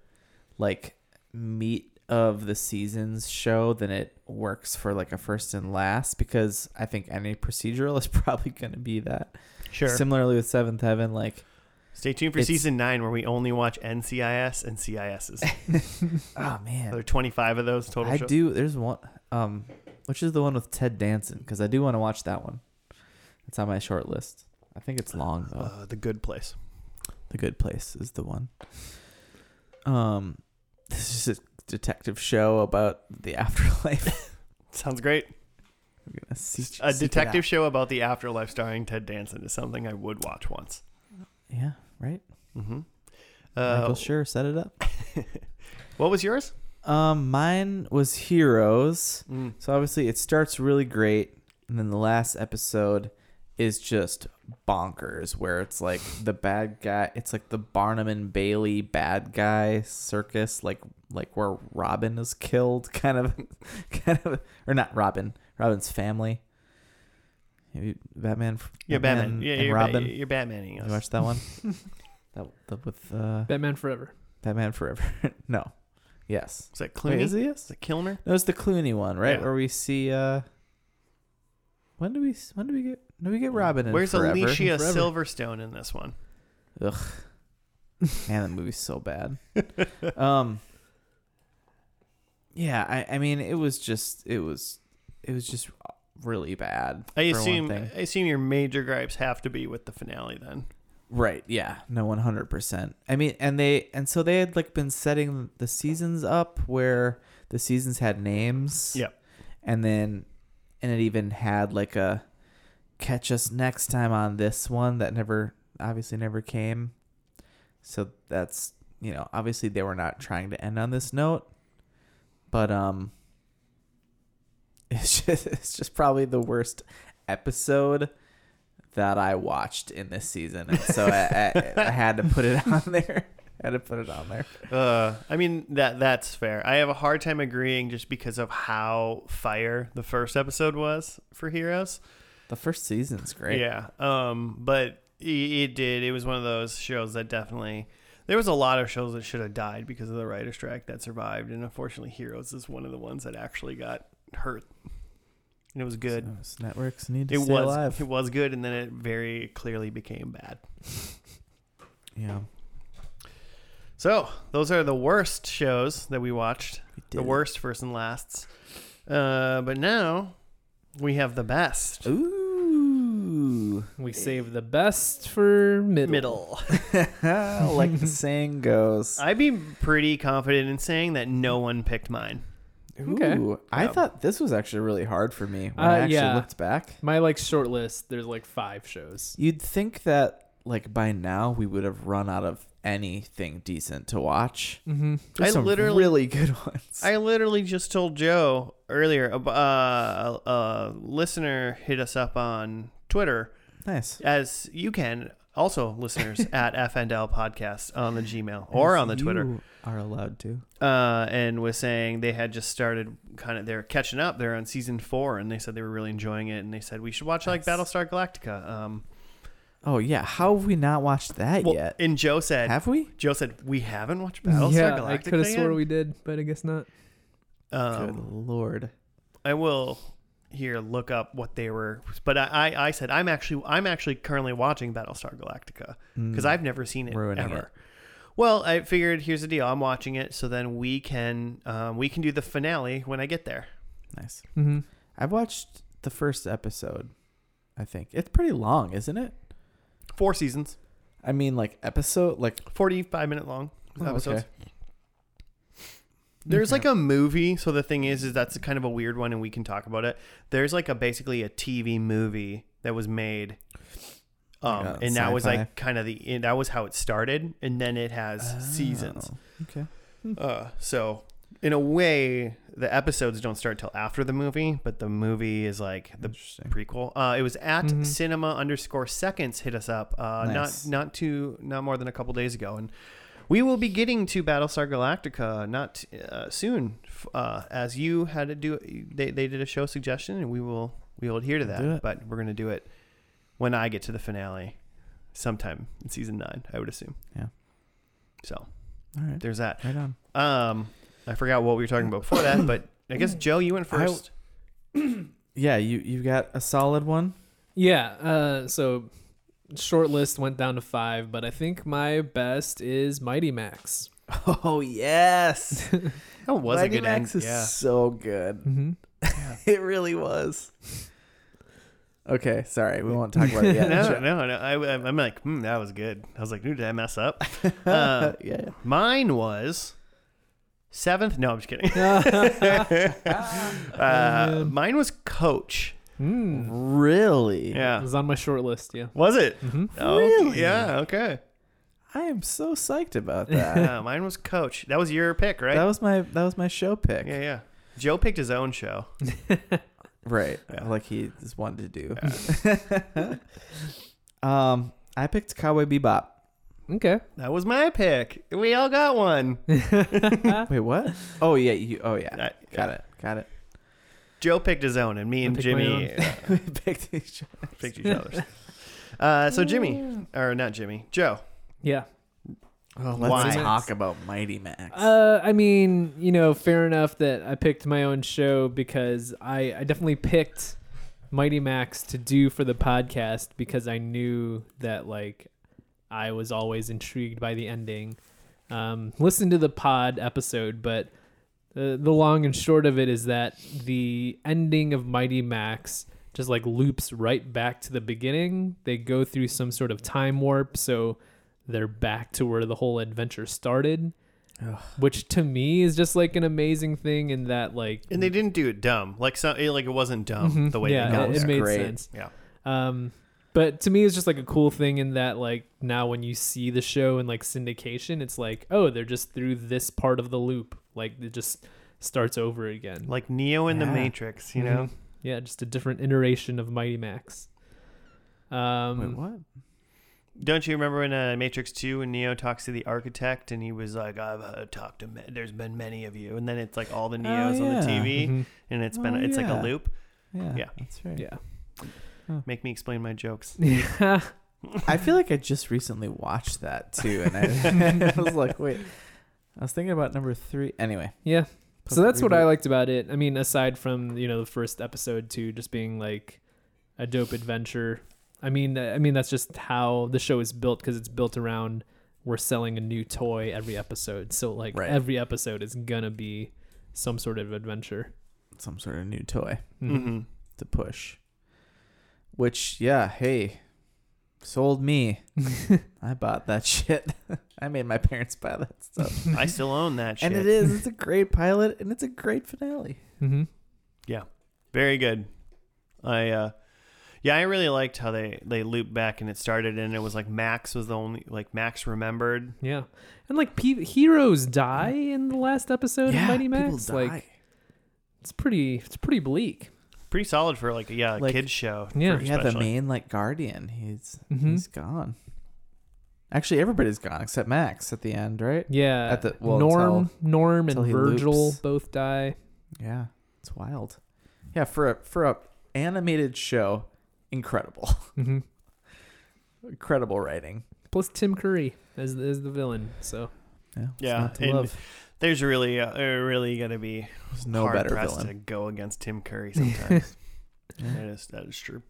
S3: like, meat of the seasons show than it works for, like, a first and last because I think any procedural is probably going to be that.
S1: Sure.
S3: Similarly with Seventh Heaven, like,
S1: Stay tuned for
S3: It's-
S1: season nine, where we only watch NCIS and CISs.
S3: oh, man.
S1: there are twenty five of those total.
S3: I
S1: shows.
S3: do. There's one. Um, which is the one with Ted Danson? Because I do want to watch that one. It's on my short list. I think it's long though.
S1: Uh, the Good Place.
S3: The Good Place is the one. Um, this is a detective show about the afterlife.
S1: Sounds great.
S3: I'm gonna seek,
S1: A
S3: seek it
S1: detective
S3: out.
S1: show about the afterlife starring Ted Danson is something I would watch once.
S3: Yeah, right.
S1: Mm-hmm.
S3: Michael
S1: Uh,
S3: sure set it up.
S1: what was yours?
S3: Um, mine was Heroes.
S1: Mm.
S3: So obviously it starts really great, and then the last episode is just bonkers, where it's like the bad guy. It's like the Barnum and Bailey bad guy circus, like like where Robin is killed, kind of, kind of, or not Robin, Robin's family. Have you- Batman,
S1: Yeah, Batman. Yeah,
S3: and
S1: you're, Robin.
S3: Robin.
S1: Ba- you're Batmaning
S3: you
S1: us.
S3: watched that one? that, that with uh,
S2: Batman Forever.
S3: Batman Forever. no, yes.
S1: Is that Clooney?
S3: Wait,
S1: is
S3: is
S1: it?
S3: it yes?
S1: Is it Kilmer?
S3: No, it's the Clooney one, right?
S1: Yeah.
S3: Where we see uh when do we when do we get when do we get Robin in
S1: Where's
S3: Forever?
S1: Alicia
S2: Forever.
S1: Silverstone in this one?
S3: Man, that movie's so bad. um Yeah, I I mean it was just it was it was just really bad.
S1: I
S3: for one
S1: assume
S3: thing.
S1: I assume your major gripes have to be with the finale then.
S3: Right. Yeah. No, one hundred percent. I mean, and they and so they had like been setting the seasons up where the seasons had names.
S1: Yep.
S3: And then, and it even had like a catch us next time on this one that never obviously never came. So that's you know obviously they were not trying to end on this note, but um, it's just it's just probably the worst episode that I watched in this season, and so I, I, I had to put it on there. I had to put it on there.
S1: Uh, I mean that that's fair. I have a hard time agreeing just because of how fire the first episode was for Heroes.
S3: The first season's great.
S1: Yeah. Um, but it, it did. It was one of those shows that definitely. There was a lot of shows that should have died because of the writer's strike that survived, and unfortunately, Heroes is one of the ones that actually got hurt. And it was good.
S3: Those networks need to
S1: it
S3: stay
S1: was
S3: alive.
S1: it was good, and then it very clearly became bad.
S3: Yeah,
S1: So those are the worst shows that we watched.
S3: we did
S1: The
S3: it.
S1: worst first and lasts. Uh, but now we have the best
S3: Ooh,
S2: We save the best for middle.
S1: middle.
S3: like the saying goes.
S1: I'd be pretty confident in saying that no one picked mine.
S2: Okay.
S3: Ooh, I
S1: Yeah.
S3: thought this was actually really hard for me when
S2: Uh,
S3: I actually
S2: yeah.
S3: looked back.
S2: My like short list, there's like five shows.
S3: You'd think that like by now we would have run out of anything decent to watch.
S2: Mm-hmm.
S3: There's
S1: I
S3: some
S1: literally-
S3: really good ones.
S1: I literally just told Joe earlier. ab- Uh, a listener hit us up on Twitter,
S3: nice.
S1: as you can also listeners at FNL Podcast on the Gmail or on the Twitter.
S3: You are allowed to.
S1: uh, and was saying they had just started kind of they're catching up. They're on season four, and they said they were really enjoying it. And they said we should watch like
S3: Nice.
S1: Battlestar Galactica. Um,
S3: Oh yeah, how have we not watched that
S1: well,
S3: yet?
S1: and Joe said
S3: Have we?
S1: Joe said we haven't watched Battlestar
S2: yeah,
S1: Galactica.
S2: I could have
S1: yet?"
S2: swore we did, but I guess not.
S1: Um,
S3: good lord.
S1: I will here look up what they were, but I, I I said I'm actually I'm actually currently watching Battlestar Galactica
S3: Mm,
S1: because I've never seen it
S3: Hmm. Ruining
S1: ever.
S3: it.
S1: Well, I figured here's the deal. I'm watching it, so then we can um, we can do the finale when I get there.
S3: Nice.
S2: Mm-hmm.
S3: I've watched the first episode. I think it's pretty long, isn't it?
S1: Four seasons,
S3: I mean, like episode, like
S1: forty five minute long
S3: oh,
S1: episodes.
S3: okay.
S1: There's
S3: Okay.
S1: like a movie. So the thing is, is that's kind of a weird one, and we can talk about it. There's like a basically a TV movie that was made, um,
S3: Yeah,
S1: and that was
S3: sci-fi.
S1: like kind of the and that was how it started, and then it has seasons.
S3: Oh, Okay. Oh.
S1: Uh, so in a way, the episodes don't start till after the movie, but the movie is like the
S3: Interesting.
S1: prequel. Uh, it was at
S2: Mhm.
S1: cinema underscore seconds. Hit us up. Uh,
S3: Mm-hmm. Nice.
S1: Not not too not more than a couple days ago, and we will be getting to Battlestar Galactica not uh, soon. f- Uh, as you had to do, they they did a show suggestion, and we will we will adhere to
S3: We'll
S1: that.
S3: do it.
S1: But we're gonna do it when I get to the finale, sometime in season nine, I would assume.
S3: Yeah.
S1: So
S3: All right.
S1: there's that.
S3: Right on.
S1: Um, I forgot what we were talking about before that, but I guess Joe, you went
S3: I-
S1: first.
S3: Yeah, you you got a solid one.
S2: Yeah. Uh, so short list went down to five, but I think my best is Mighty Max.
S3: Oh yes,
S1: That was
S3: Mighty
S1: a good
S3: Max
S1: end.
S3: is
S1: yeah.
S3: so good.
S2: Mm-hmm.
S3: It really was. Okay, sorry, we won't talk about it yet.
S1: no, no, no. I, I'm- I'm like, hmm, that was good. I was like, ooh, did I mess up? Uh,
S3: yeah.
S1: mine was seventh. No, I'm just kidding. uh,
S2: Um,
S1: mine was Coach.
S2: Mm.
S3: Really?
S2: It
S1: Yeah.
S2: was on my short list. Yeah.
S1: Was it?
S2: Mm-hmm.
S1: Oh,
S3: Really?
S1: Yeah. Okay.
S3: I am so psyched about that.
S1: Uh, mine was Coach. That was your pick, right?
S3: That was my that was my show pick.
S1: yeah, yeah. Joe picked his own show.
S3: Right.
S1: Yeah.
S3: Like he just wanted to do. um I picked Cowboy Bebop.
S2: Okay.
S1: That was my pick. We all got one.
S3: Wait, what? Oh yeah, you oh yeah.
S1: Uh,
S3: Got it. Got it.
S1: Joe picked his own, and me
S2: I
S1: and
S2: picked my
S1: Jimmy uh,
S3: we picked each other.
S1: picked each other's. Uh, so Jimmy, or not Jimmy, Joe.
S2: Yeah.
S3: Oh, let's
S1: Why?
S3: talk about Mighty Max.
S2: Uh, I mean, you know, fair enough that I picked my own show because I, I definitely picked Mighty Max to do for the podcast because I knew that like I was always intrigued by the ending. Um, listen to the pod episode, but Uh, the the long and short of it is that the ending of Mighty Max just like loops right back to the beginning. They go through some sort of time warp, so they're back to where the whole adventure started.
S3: Ugh.
S2: Which to me is just like an amazing thing in that like
S1: And they didn't do it dumb. Like so, it- like it wasn't dumb
S2: Mhm.
S1: the way
S2: yeah,
S1: they got
S2: it,
S1: there.
S2: it made
S3: Great.
S2: sense.
S1: yeah.
S2: Um, but to me, it's just like a cool thing in that, like, now when you see the show in like syndication, it's like, oh, they're just through this part of the loop. Like, it just starts over again.
S1: Like Neo in the
S3: Yeah. Mm-hmm.
S1: Matrix, you know?
S2: Mhm. Yeah, just a different iteration of Mighty Max. Um,
S3: Wait, what?
S1: Don't you remember in uh, Matrix 2 when Neo talks to the architect and he was like, I've uh, talked to, ma- there's been many of you. And then it's like all the Neos on
S3: Oh, yeah.
S1: the TV
S2: mhm.
S1: and it's been,
S3: Oh,
S1: it's like a
S3: yeah.
S1: loop.
S3: Yeah,
S1: Yeah.
S3: that's right.
S2: Yeah.
S1: Make me explain my jokes.
S2: Yeah.
S3: I feel like I just recently watched that too, and I, I was like, wait, I was thinking about number three. Anyway,
S2: Yeah. So that's what
S3: Reboot.
S2: I liked about it. I mean, aside from you know the first episode too, just being like a dope adventure. I mean, I mean that's just how the show is built because it's built around we're selling a new toy every episode. So like
S3: Right.
S2: every episode is gonna be some sort of adventure.
S3: some sort of new toy
S2: Mhm.
S1: Mm-hmm.
S3: to push. Which, yeah, hey, sold me. I bought that shit. I made my parents buy that stuff,
S1: I still own that shit.
S3: and it is. It's a great pilot, and it's a great finale.
S2: Mhm.
S1: Very good. I uh yeah, I really liked how they they looped back and it started and it was like Max was the only like Max remembered.
S2: Yeah, and like pe- heroes die in the last episode of Mighty Max. Like it's pretty, it's pretty bleak.
S1: Pretty solid for like yeah, a
S3: Like-
S1: kids show.
S2: Yeah.
S1: for
S3: yeah, the
S1: especially.
S3: main like guardian, he's
S2: Mhm.
S3: he's gone. Actually, everybody's gone except Max at the end, right?
S2: Yeah,
S3: At the- well,
S2: Norm, Norm,
S3: until
S2: and
S3: he
S2: Virgil
S3: loops.
S2: both die.
S3: Yeah, it's wild. Yeah, for a for a animated show, incredible,
S2: Mm-hmm.
S3: incredible writing.
S2: plus Tim Curry as as the villain. So
S3: Yeah, what's
S1: Yeah,
S3: not to
S1: and
S3: love.
S1: There's really uh, uh, really gonna be
S3: There's no
S1: hard
S3: better
S1: pressed
S3: villain.
S1: to go against Tim Curry sometimes. that is that is true.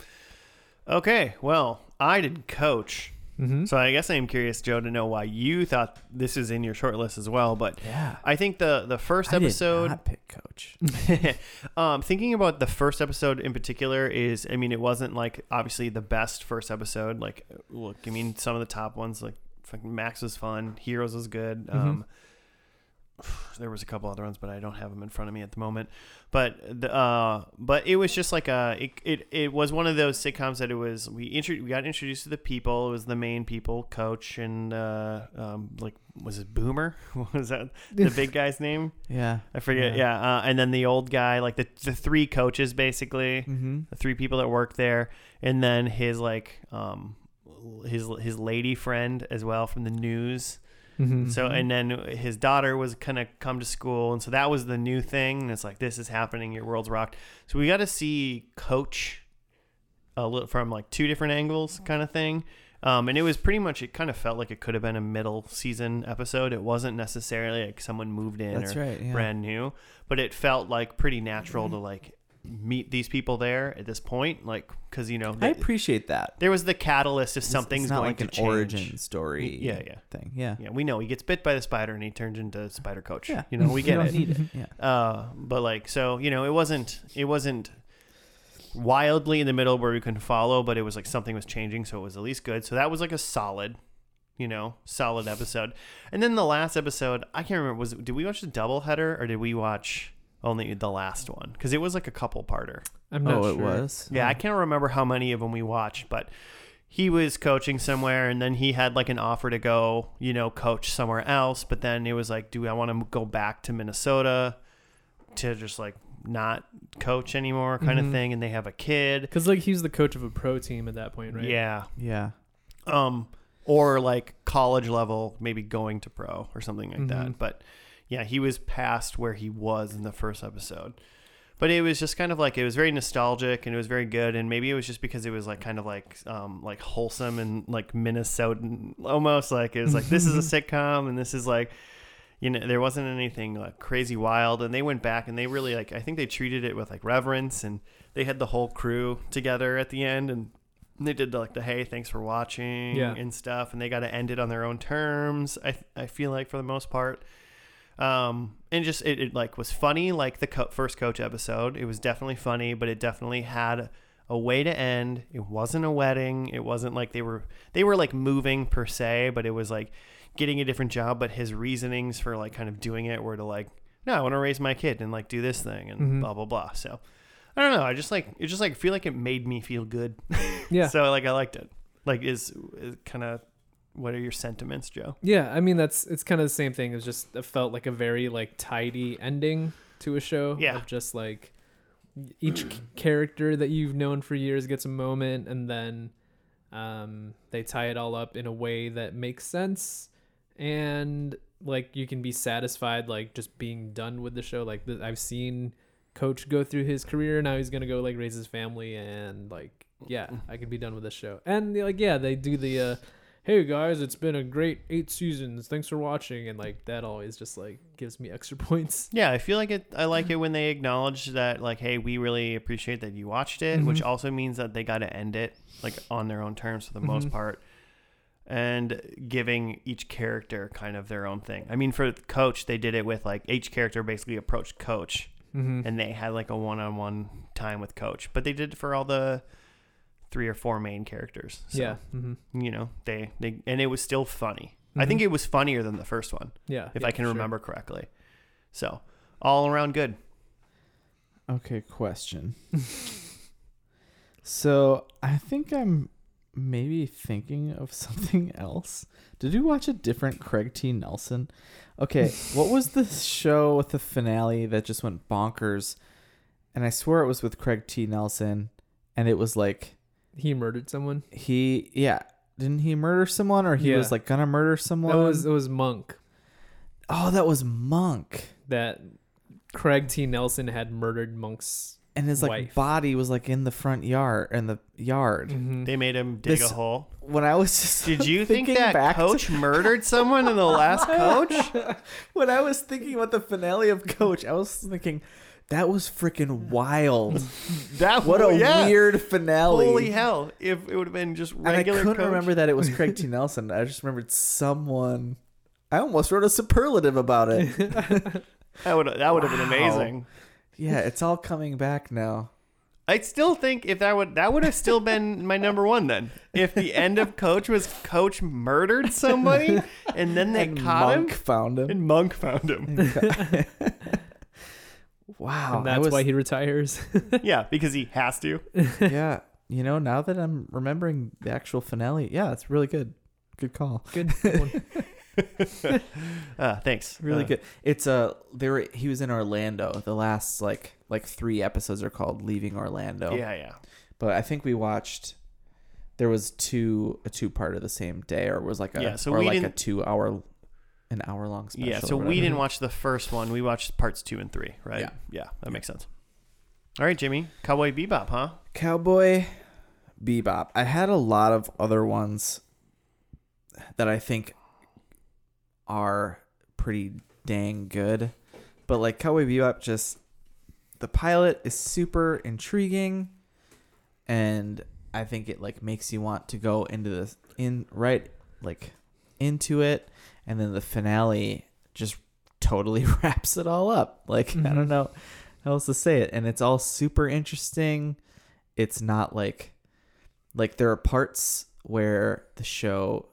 S1: Okay, well, I did coach.
S2: mm-hmm.
S1: So I guess I am curious, Joe, to know why you thought this is in your short list as well. But
S3: Yeah,
S1: I think the the first
S3: I did
S1: episode
S3: not pick Coach.
S1: um, thinking about the first episode in particular is, I mean, it wasn't like obviously the best first episode. Like, look, I mean, some of the top ones, like fucking Max was fun, Heroes was good. Um, there was a couple other ones, but I don't have them in front of me at the moment. But the uh, but it was just like a it, it, it was one of those sitcoms that it was we intro- we got introduced to the people. It was the main people, Coach and uh, um, like was it Boomer? was that the big guy's name?
S3: Yeah,
S1: I forget. Yeah, uh, and then the old guy, like the the three coaches, basically
S3: Mm-hmm.
S1: the three people that work there, and then his like um his his lady friend as well from the news.
S2: Mm-hmm.
S1: So and then his daughter was gonna come to school, and so that was the new thing. And it's like this is happening. Your world's rocked. So we got to see Coach a little from like two different angles, kind of thing. Um, and it was pretty much. It kind of felt like it could have been a middle season episode. It wasn't necessarily like someone moved in
S3: That's
S1: or
S3: right. Yeah. Mm-hmm.
S1: brand new, but it felt like pretty natural to like meet these people there at this point, like because you know
S3: I
S1: th-
S3: appreciate that.
S1: there was the catalyst if
S3: It's-
S1: something's
S3: it's not
S1: going
S3: like
S1: to
S3: an
S1: change.
S3: origin story.
S1: Yeah, yeah.
S3: Thing. Yeah.
S1: Yeah, we know he gets bit by the spider and he turns into Spider Coach.
S3: Yeah.
S1: you know we get
S3: don't
S1: it.
S3: Need it. Yeah.
S1: Uh, but like so, you know, it wasn't it wasn't wildly in the middle where we couldn't follow, but it was like something was changing, so it was at least good. So that was like a solid, you know, solid episode. And then the last episode, I can't remember was did we watch the double header or did we watch only the last one? Because it was like a couple parter.
S2: I'm not
S3: Oh,
S2: sure.
S3: it was.
S1: Yeah, I can't remember how many of them we watched, but he was coaching somewhere and then he had like an offer to go, you know, coach somewhere else, but then it was like, do I want to go back to Minnesota to just like not coach anymore kind
S2: Mhm.
S1: of thing and they have a kid.
S2: Because like he's the coach of a pro team at that point, right?
S1: Yeah.
S3: Yeah.
S1: Um or like college level, maybe going to pro or something like
S2: Mhm.
S1: that. But yeah, he was past where he was in the first episode. but it was just kind of like it was very nostalgic and it was very good and maybe it was just because it was like kind of like um like wholesome and like minnesotan almost like it was like this is a sitcom and this is like you know there wasn't anything like crazy wild and they went back and they really like i think they treated it with like reverence and they had the whole crew together at the end and they did like the hey thanks for watching
S2: Yeah.
S1: and stuff and they got to end it on their own terms i i feel like for the most part um and just it, it like was funny like the co- first coach episode it was definitely funny but it definitely had a way to end. It wasn't a wedding. It wasn't like they were they were like moving per se, but it was like getting a different job. But his reasonings for like kind of doing it were to like, no, I want to raise my kid and like do this thing and
S2: Mhm.
S1: blah blah blah. So I don't know. I just like it. Just like feel like it made me feel good.
S2: Yeah.
S1: So like I liked it. Like is, is kind of what are your sentiments, Joe?
S2: Yeah, I mean that's it's kind of the same thing. It's just it felt like a very like tidy ending to a show.
S1: Yeah.
S2: of just like each c- character that you've known for years gets a moment, and then um, they tie it all up in a way that makes sense, and like you can be satisfied like just being done with the show. Like th- I've seen Coach go through his career. Now he's gonna go like raise his family and like yeah, I can be done with this show. And like yeah, they do the. uh hey guys, it's been a great eight seasons. Thanks for watching. And like that always just like gives me extra points.
S1: Yeah, I feel like it. I like it when they acknowledge that, like, hey, we really appreciate that you watched it, which
S2: Mhm.
S1: also means that they got to end it like on their own terms for the most
S2: Mhm.
S1: part, and giving each character kind of their own thing. I mean, for Coach, they did it with like each character basically approached Coach,
S2: Mm-hmm.
S1: and they had like a one-on-one time with Coach. But they did it for all the three or four main characters. So,
S2: yeah. Mm-hmm.
S1: you know, they they and it was still funny. I think
S2: Mhm.
S1: it was funnier than the first one,
S2: Yeah.
S1: if
S2: yeah,
S1: I can
S2: sure.
S1: remember correctly. So, all around good.
S3: Okay, question. so I think I'm maybe thinking of something else. Did you watch a different Craig T. Nelson? Okay, what was the show with the finale that just went bonkers? And I swear it was with Craig T. Nelson, and it was like
S2: He murdered someone.
S3: he, yeah, didn't he murder someone, or he
S2: Yeah.
S3: was like gonna murder someone?
S2: That was it was Monk
S3: oh, that was Monk.
S2: that Craig T. Nelson had murdered Monk's.
S3: and his like
S2: wife.
S3: body was like in the front yard in the yard.
S1: They made him dig
S3: This-
S1: a hole.
S3: When I was just
S1: Did you think
S3: thinking
S1: that
S3: back to-
S1: coach murdered someone in the last coach?
S3: when I was thinking about the finale of Coach, I was thinking that was freaking wild.
S1: That
S3: What a
S1: yeah.
S3: weird finale.
S1: Holy hell! If it would have been just
S3: and I
S1: regular,
S3: couldn't
S1: coach.
S3: remember that it was Craig T. Nelson. I just remembered someone. I almost wrote a superlative about it.
S1: That would that would have been
S3: Wow.
S1: amazing.
S3: yeah, it's all coming back now.
S1: I still think if that would that would have still been my number one then. If the end of coach was coach murdered somebody and then they
S3: and
S1: caught
S3: Monk
S1: him
S3: found him.
S1: and Monk found him.
S3: wow,
S2: And
S3: I
S2: that's
S3: was-
S2: why he retires.
S1: Yeah, because he has to.
S3: yeah. You know, now that I'm remembering the actual finale, yeah, it's really good. Good call.
S2: Good one.
S1: Uh, thanks.
S3: Really
S1: Uh,
S3: good. It's uh they were he was in Orlando. The last like like three episodes are called Leaving Orlando.
S1: Yeah, yeah.
S3: But I think we watched there was two a two part of the same day or was like a
S1: Yeah, so
S3: or
S1: we
S3: like a
S1: didn't-
S3: two hour an hour long special.
S1: Yeah,
S3: or
S1: so we
S3: whatever.
S1: didn't watch the first one. We watched parts two and three, right?
S3: Yeah.
S1: Yeah, that makes sense. All right, Jimmy. Cowboy Bebop, huh?
S3: Cowboy Bebop. I had a lot of other ones that I think are pretty dang good. But like Cowboy Bebop just the pilot is super intriguing and I think it like makes you want to go into this in right like into it and then the finale just totally wraps it all up. Like I
S2: Mhm.
S3: don't know how else to say it and it's all super interesting it's not like like there are parts where the show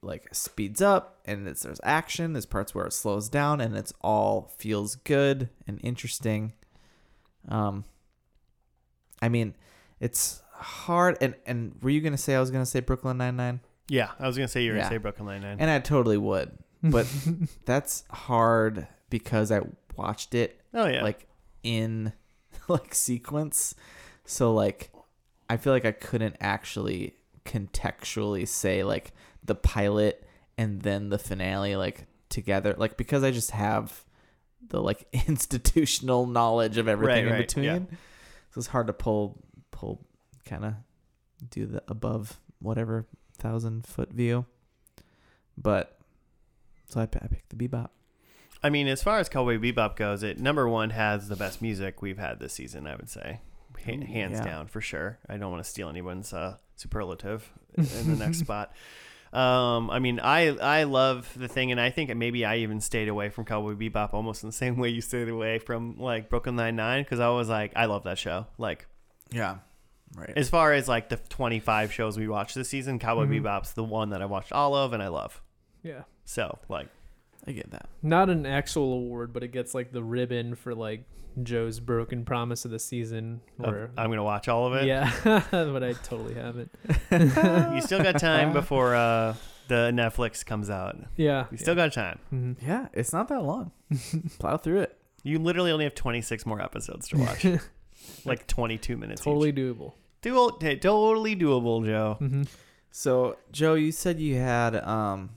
S3: like speeds up and it's, there's action there's parts where it slows down and it's all feels good and interesting um i mean it's hard and and were you gonna say i was gonna say brooklyn 99
S1: Yeah, I was gonna say you were
S3: Yeah.
S1: gonna say Brooklyn Nine Nine.
S3: and i totally would but that's hard because i watched it
S1: Oh yeah,
S3: like in like sequence. So like I feel like I couldn't actually contextually say like the pilot and then the finale like together like because I just have the like institutional knowledge of everything
S1: Right,
S3: in
S1: right,
S3: between.
S1: yeah.
S3: So it's hard to pull pull kind of do the above whatever thousand foot view. But so I, p- I picked the bebop.
S1: I mean, as far as Cowboy Bebop goes, it number one has the best music we've had this season. I would say, ha-
S3: Ooh,
S1: hands
S3: Mm, yeah.
S1: down for sure. I don't want to steal anyone's uh, superlative in the next spot. Um, I mean, I I love the thing, and I think maybe I even stayed away from Cowboy Bebop almost in the same way you stayed away from like Brooklyn Nine Nine because I was like, I love that show. Like
S3: Yeah. Right.
S1: As far as like the 25 shows we watched this season, Cowboy
S2: Mhm.
S1: Bebop's the one that I watched all of and I love.
S2: Yeah.
S1: So, like,
S3: I get that.
S2: Not an actual award, but it gets like the ribbon for like Joe's broken promise of the season. Or
S1: I'm going to watch all of it.
S2: yeah, but I totally haven't.
S1: You still got time before uh, the Netflix comes out.
S2: Yeah. Mm-hmm.
S1: You still got time.
S2: hmm
S3: Yeah, it's not that long. Plow through it.
S1: You literally only have 26 more episodes to watch. like 22 minutes.
S2: Totally
S1: Each.
S2: doable.
S1: Do- hey, totally doable, Joe.
S2: hmm
S3: So, Joe, you said you had um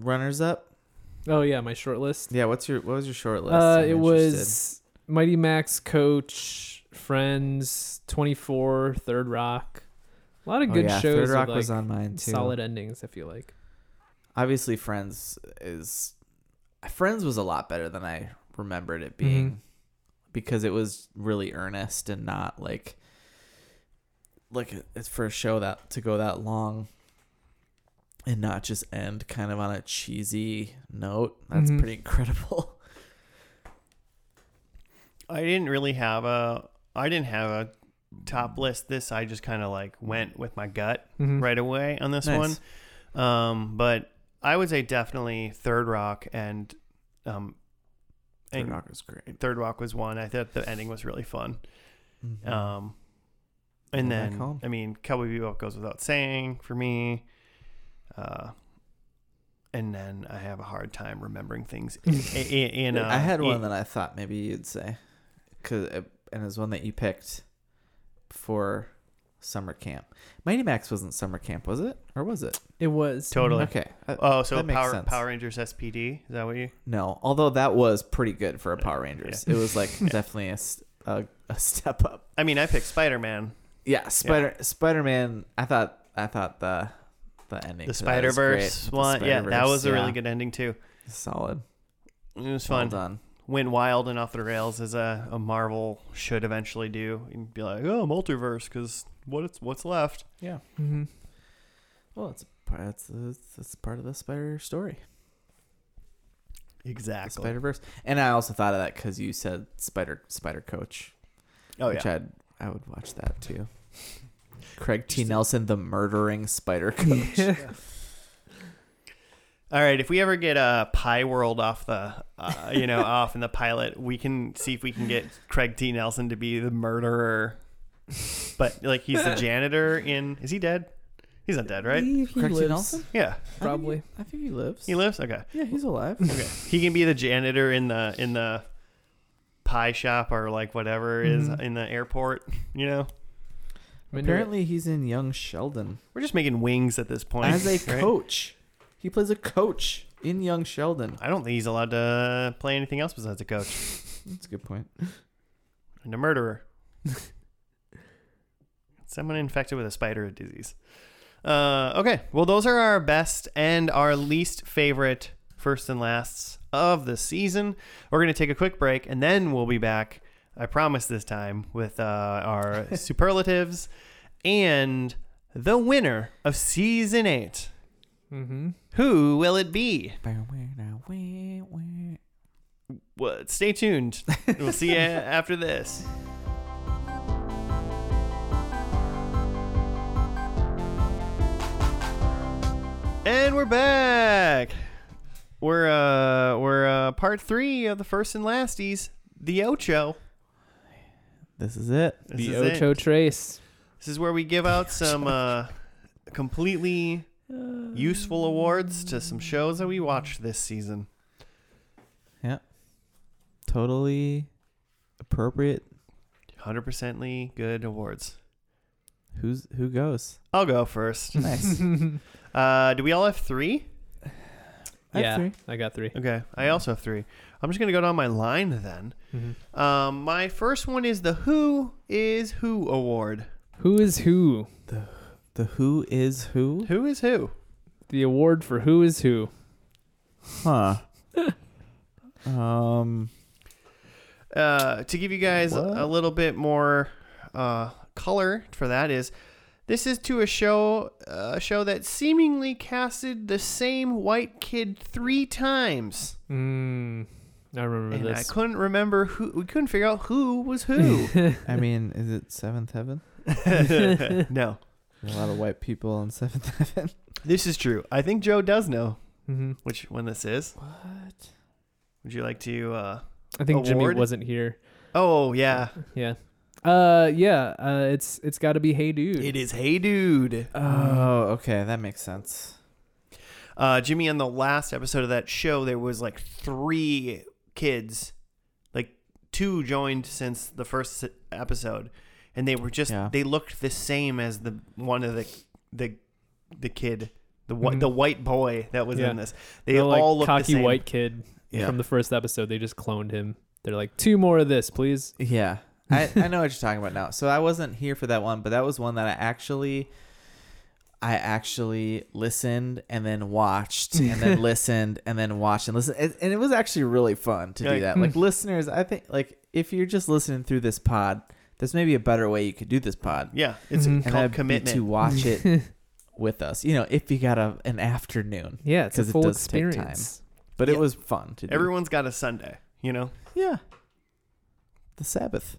S3: runners up.
S2: Oh yeah, my short list.
S3: Yeah, what's your what was your short list?
S2: Uh,
S3: I'm
S2: it
S3: interested.
S2: was Mighty Max, Coach, Friends, Twenty Four, Third Rock. A lot of
S3: Oh,
S2: good
S3: yeah,
S2: shows.
S3: Third Rock
S2: with,
S3: was
S2: like,
S3: on mine too.
S2: solid endings. I feel like.
S3: Obviously, Friends is Friends was a lot better than I remembered it being
S2: Mm-hmm.
S3: because it was really earnest and not like like it's for a show that to go that long and not just end kind of on a cheesy note. That's
S2: Mhm.
S3: pretty incredible.
S1: I didn't really have a I didn't have a top list this. I just kind of like went with my gut
S2: Mhm.
S1: right away on this
S3: Nice.
S1: one. Um, but I would say definitely Third Rock and um and Third Rock,
S3: was great.
S1: was one. I thought the ending was really fun. Um and
S3: Go back
S1: then
S3: home.
S1: I mean Cowboy Bebop goes without saying for me. Uh and then I have a hard time remembering things. In, in, in, uh,
S3: I had one
S1: in-
S3: that I thought maybe you'd say, cause it, and it was one that you picked for summer camp. Mighty Max wasn't summer camp, was it, or was it?
S2: It was
S1: Totally.
S3: Okay. Uh, I-
S1: Oh, so
S3: That makes
S1: Power
S3: sense.
S1: Power Rangers SPD? Is that what you?
S3: no, although that was pretty good for a Power Rangers. It was like definitely a, s- a- a step up.
S1: I mean, I picked Spider Man.
S3: Yeah, Spider Spider Man. I thought I thought the the ending,
S1: the
S3: to that
S1: Spider
S3: was great.
S1: Verse
S3: The
S1: one. Yeah, that
S3: Spider-Verse,
S1: was a really
S3: yeah.
S1: good ending too.
S3: solid.
S1: It was
S3: Well
S1: fun.
S3: done.
S1: Went wild and off the rails as a, a Marvel should eventually do. And be like, oh, multiverse, because what it's what's left.
S3: Yeah.
S2: Mm-hmm.
S3: Well, it's that's that's part of the Spider story.
S1: Exactly.
S3: Spider Verse, and I also thought of that because you said Spider Spider Coach,
S1: oh
S3: which
S1: yeah.
S3: I'd I would watch that too. Craig T. Nelson, the murdering Spider Coach.
S1: All right. If we ever get uh, Pie World off the, uh, you know, off in the pilot, we can see if we can get Craig T. Nelson to be the murderer. But like he's the janitor in. Is he dead? He's not dead, right?
S2: He,
S3: Craig T. Nelson?
S1: Yeah.
S2: Probably.
S3: I think he lives.
S1: He lives. Okay.
S3: yeah, he's alive.
S1: Okay. He can be the janitor in the in the pie shop or like whatever is
S2: Mhm.
S1: in the airport, you know.
S2: I'm into it.
S3: Apparently, he's in Young Sheldon
S1: We're just making wings at this point.
S3: as a
S1: right?
S3: coach. He plays a coach in Young Sheldon.
S1: I don't think he's allowed to play anything else besides a coach
S3: That's a good point.
S1: and a murderer. Someone infected with a spider disease. Uh, okay, well those are our best and our least favorite first and lasts of the season. We're gonna take a quick break and then we'll be back. I promise this time with uh, our superlatives and the winner of season eight.
S2: Mm-hmm.
S1: Who will it be?
S3: Wait,
S1: Well, stay tuned. We'll see you after this. And we're back. We're uh we're uh part three of the first and lasties, the Ocho.
S3: This is it.
S1: This
S2: The
S1: is it.
S2: Ocho Trace.
S1: This is where we give out some uh completely Uh. useful awards to some shows that we watched this season.
S3: Totally appropriate.
S1: Hundred percently good awards.
S3: Who's who goes?
S1: I'll go first.
S3: Nice.
S1: Uh, do we all have three?
S3: I have
S2: yeah,
S3: three.
S2: I got 3
S1: Okay, I also have three. I'm just gonna go down my line then.
S2: Mhm.
S1: Um, my first one is the Who is Who award.
S2: Who is who?
S3: The Who is Who?
S1: Who is who?
S2: The award for who is who?
S3: Huh. um.
S1: Uh, to give you guys a- a
S3: What?
S1: little bit more uh, color for that is, this is to a show a show that seemingly casted the same white kid three times,
S2: Mm, I remember
S1: and I
S2: this.
S1: couldn't remember who. We couldn't figure out who was who.
S3: I mean, is it Seventh Heaven?
S1: no,
S3: A lot of white people on Seventh Heaven.
S1: this is true. I think Joe does know
S2: Mm-hmm.
S1: which one this is.
S3: What?
S1: Would you like to? uh
S2: I think Jimmy
S1: Award?
S2: wasn't here.
S1: Oh yeah,
S2: Yeah. Uh yeah, uh it's it's got to be Hey Dude.
S1: it is. Hey, dude.
S3: Oh, okay, that makes sense.
S1: Uh, Jimmy, on the last episode of that show, there was like three kids, like two joined since the first s- episode, and they were just
S3: Yeah.
S1: they looked the same as the one of the the the kid, the whi-
S2: Mhm.
S1: the white boy that was
S2: Yeah.
S1: in this. They
S2: The, like,
S1: all looked
S2: cocky
S1: the same.
S2: white kid
S3: Yeah.
S2: from the first episode. They just cloned him. They're like two more of this, please.
S3: Yeah. I, I know what you're talking about now. So I wasn't here for that one, but that was one that I actually I actually listened and then watched and then listened and then watched and listened. And, and it was actually really fun to do
S1: Right.
S3: that. Like hmm. listeners, I think like if you're just listening through this pod, there's maybe a better way you could do this pod.
S1: Yeah, it's
S2: Mhm.
S3: And that'd
S1: called
S3: be
S1: commitment.
S3: to watch it with us. You know, if you got a, an afternoon.
S2: yeah, it's a
S3: 'Cause it
S2: full
S3: does take time.
S2: experience.
S3: But it
S1: Yeah.
S3: was fun to do.
S1: Everyone's got a Sunday, you know,
S3: yeah. The Sabbath.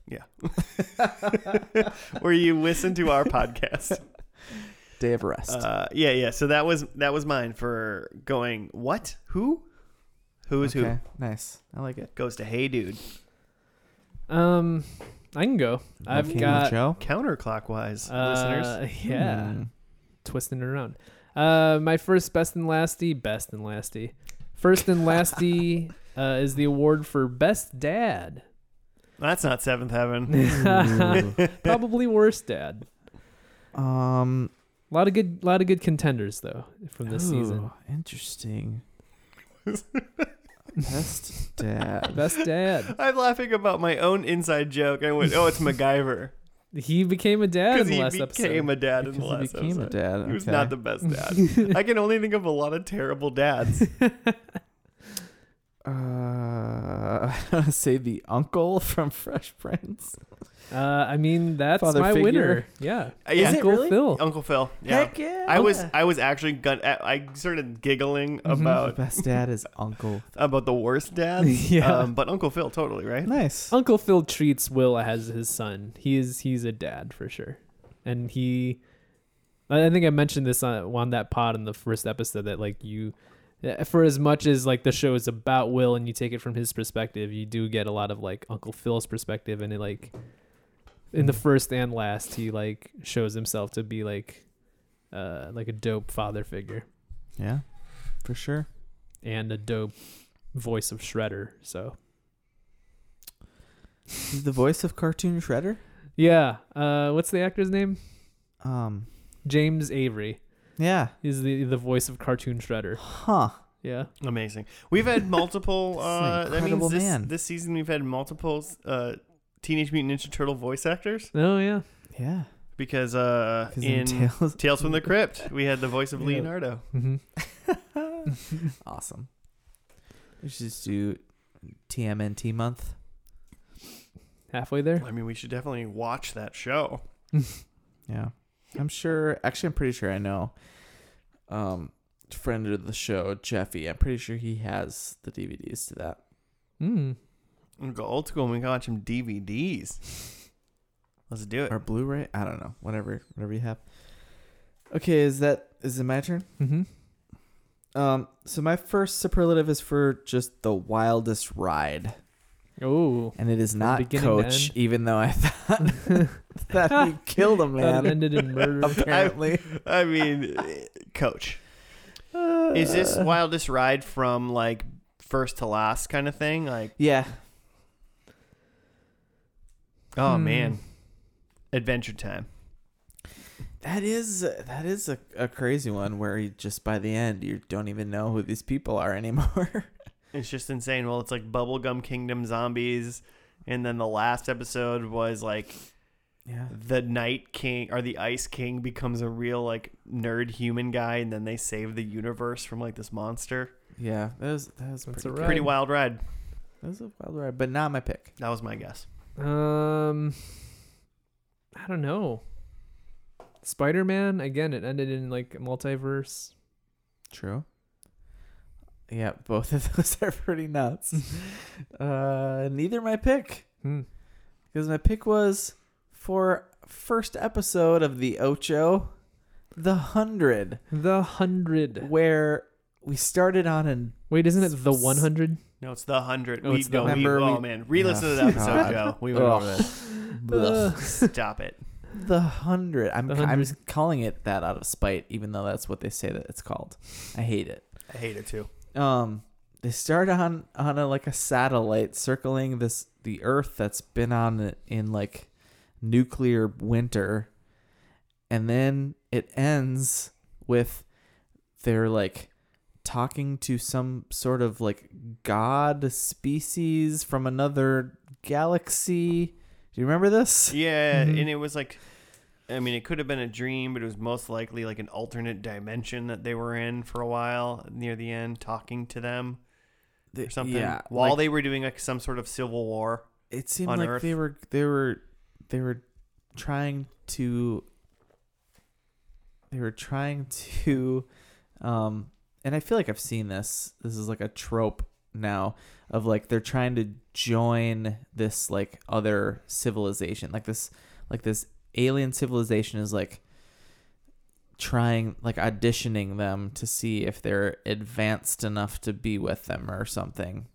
S1: where you listen to our podcast.
S3: Day of rest.
S1: Uh, yeah, yeah. So that was that was mine for going. What? Who? Who is who?
S3: okay. Nice. I like it.
S1: Goes to hey dude.
S2: Um I can go. I've
S3: Okay,
S2: got
S3: Joe.
S1: counterclockwise listeners.
S2: uh, Yeah.
S3: Hmm.
S2: twisting it around. Uh, my first best and lasty, best and lasty. First and lasty uh, is the award for best dad.
S1: That's not seventh heaven.
S3: Hmm.
S2: Probably worst dad.
S3: um,
S2: A lot of good, lot of good contenders though from this season.
S3: ooh, Interesting. Best dad.
S2: Best dad.
S1: I'm laughing about my own inside joke. I went, oh, it's MacGyver
S2: He became a dad in
S1: because
S2: the
S1: he
S2: last
S1: became
S2: episode.
S1: a dad in the
S3: Because he
S1: last
S3: became
S1: episode.
S3: a dad.
S1: He was
S3: okay.
S1: not the best dad. I can only think of a lot of terrible dads.
S3: Uh, I want to say the uncle from Fresh Prince.
S2: uh, I mean, that's
S3: Father
S2: my
S3: figure.
S2: winner. Yeah,
S1: yeah,
S3: it
S2: Uncle
S3: really?
S2: Phil.
S1: Uncle Phil. Yeah.
S3: yeah! Mm-hmm.
S1: I was I was actually gun- I I started giggling
S3: The
S1: about
S3: best dad is uncle.
S1: about the worst dads.
S2: Yeah.
S1: Um, but Uncle Phil, totally right.
S3: Nice.
S2: Uncle Phil treats Will as his son. He is he's a dad for sure, and he. I I think I mentioned this on, on that pod in the first episode that like you, eh, for as much as like the show is about Will and you take it from his perspective, you do get a lot of like Uncle Phil's perspective, and it like, in the first and last, he like shows himself to be like, uh, like a dope father figure
S3: Yeah, for sure.
S2: and a dope voice of Shredder. So
S3: He's the voice of cartoon Shredder.
S2: yeah, uh, what's the actor's name?
S3: Um,
S2: James Avery.
S3: yeah.
S2: is the the voice of cartoon shredder
S3: Huh.
S2: yeah
S1: Amazing. We've had multiple.
S3: This is an
S1: uh, that
S3: incredible
S1: means this,
S3: man.
S1: this season we've had multiple uh, Teenage Mutant Ninja Turtle voice actors
S2: oh yeah
S3: Yeah.
S1: because uh,
S3: 'Cause
S1: in
S3: in Tales-
S1: Tales from the Crypt we had the voice of
S2: Yeah.
S1: Leonardo.
S2: hmm
S3: awesome. We should just do TMNT month.
S2: halfway there
S1: I mean, we should definitely watch that show.
S3: Yeah. I'm sure actually I'm pretty sure I know. Um friend of the show, Jeffy. I'm pretty sure he has the DVDs to that.
S2: mm.
S1: We go old school and we can watch some DVDs. Let's do it.
S3: Or Blu-ray. I don't know. Whatever whatever you have. Okay, is that is it my turn?
S2: mm-hmm.
S3: Um so my first superlative is for just the wildest ride.
S2: oh
S3: And it is not
S2: beginning to
S3: coach,
S2: end.
S3: even though I thought that he killed a
S2: that
S3: man.
S2: ended in murder
S3: Apparently.
S1: I mean, eh, Coach, is this
S3: Uh,
S1: wildest ride from like first to last kind of thing? Like,
S3: Yeah.
S1: oh
S2: Hmm.
S1: man, Adventure Time.
S3: That is that is a, a crazy one where you just by the end you don't even know who these people are anymore.
S1: It's just insane. Well, it's like Bubblegum Kingdom zombies. And then the last episode was like
S3: yeah.
S1: the Night King or the Ice King becomes a real like nerd human guy and then they save the universe from like this monster.
S3: Yeah. That was that was
S2: That's
S3: pretty,
S2: a
S3: good.
S2: ride.
S1: Pretty wild ride.
S3: That was a wild ride, but not my pick.
S1: That was my guess.
S2: um i don't know spider-man again it ended in like multiverse
S3: True. Yeah, both of those are pretty nuts. uh neither my pick.
S2: Hmm.
S3: Because my pick was for first episode of the Ocho, the hundred,
S2: The hundred.
S3: where we started on an
S2: Wait, isn't it the one hundred?
S1: No, it's the hundred.
S2: Oh,
S1: we,
S2: it's the
S1: no, we,
S3: Remember
S1: oh
S3: we-
S1: man, re-listen
S3: Yeah.
S1: to that episode,
S3: God.
S1: Joe. We went over
S3: Ugh.
S1: this.
S3: Ugh.
S1: Stop it.
S3: the hundred. I'm
S2: The
S3: I'm
S2: hundred.
S3: just calling it that out of spite, even though that's what they say that it's called. I hate it.
S1: I hate it too.
S3: um they start on on a like a satellite circling this the earth that's been on it in like nuclear winter and then it ends with they're like talking to some sort of like god species from another galaxy do you remember this
S1: Yeah,
S2: Mhm.
S1: and it was like, I mean, it could have been a dream, but it was most likely like an alternate dimension that they were in for a while near the end, talking to them or something.
S3: yeah
S1: while
S3: like,
S1: they were doing like some sort of civil war.
S3: it seemed
S1: on
S3: like
S1: Earth.
S3: they were they were they were trying to they were trying to um and I feel like I've seen this this is like a trope now of like they're trying to join this like other civilization like this like this alien civilization is like trying like auditioning them to see if they're advanced enough to be with them or something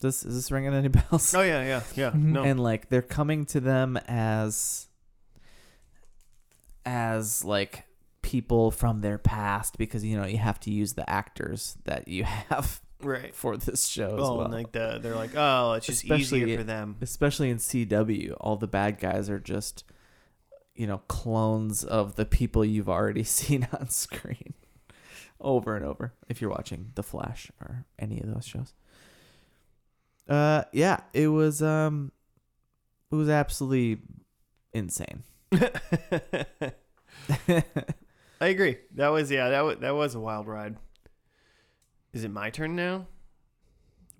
S3: this is this ringing any bells
S1: Oh yeah, yeah, yeah.
S2: Mhm.
S1: No,
S3: and like they're coming to them as as like people from their past because you know you have to use the actors that you have
S1: right.
S3: for this show as
S1: Oh,
S3: well.
S1: and like the they're like, oh, it's just
S3: Especially
S1: easier
S3: it-
S1: for them.
S3: Especially in CW, all the bad guys are just you know clones of the people you've already seen on screen over and over if you're watching The Flash or any of those shows. Uh yeah, it was um it was absolutely insane.
S1: I agree. That was yeah. That was, that was a wild ride. Is it my turn now?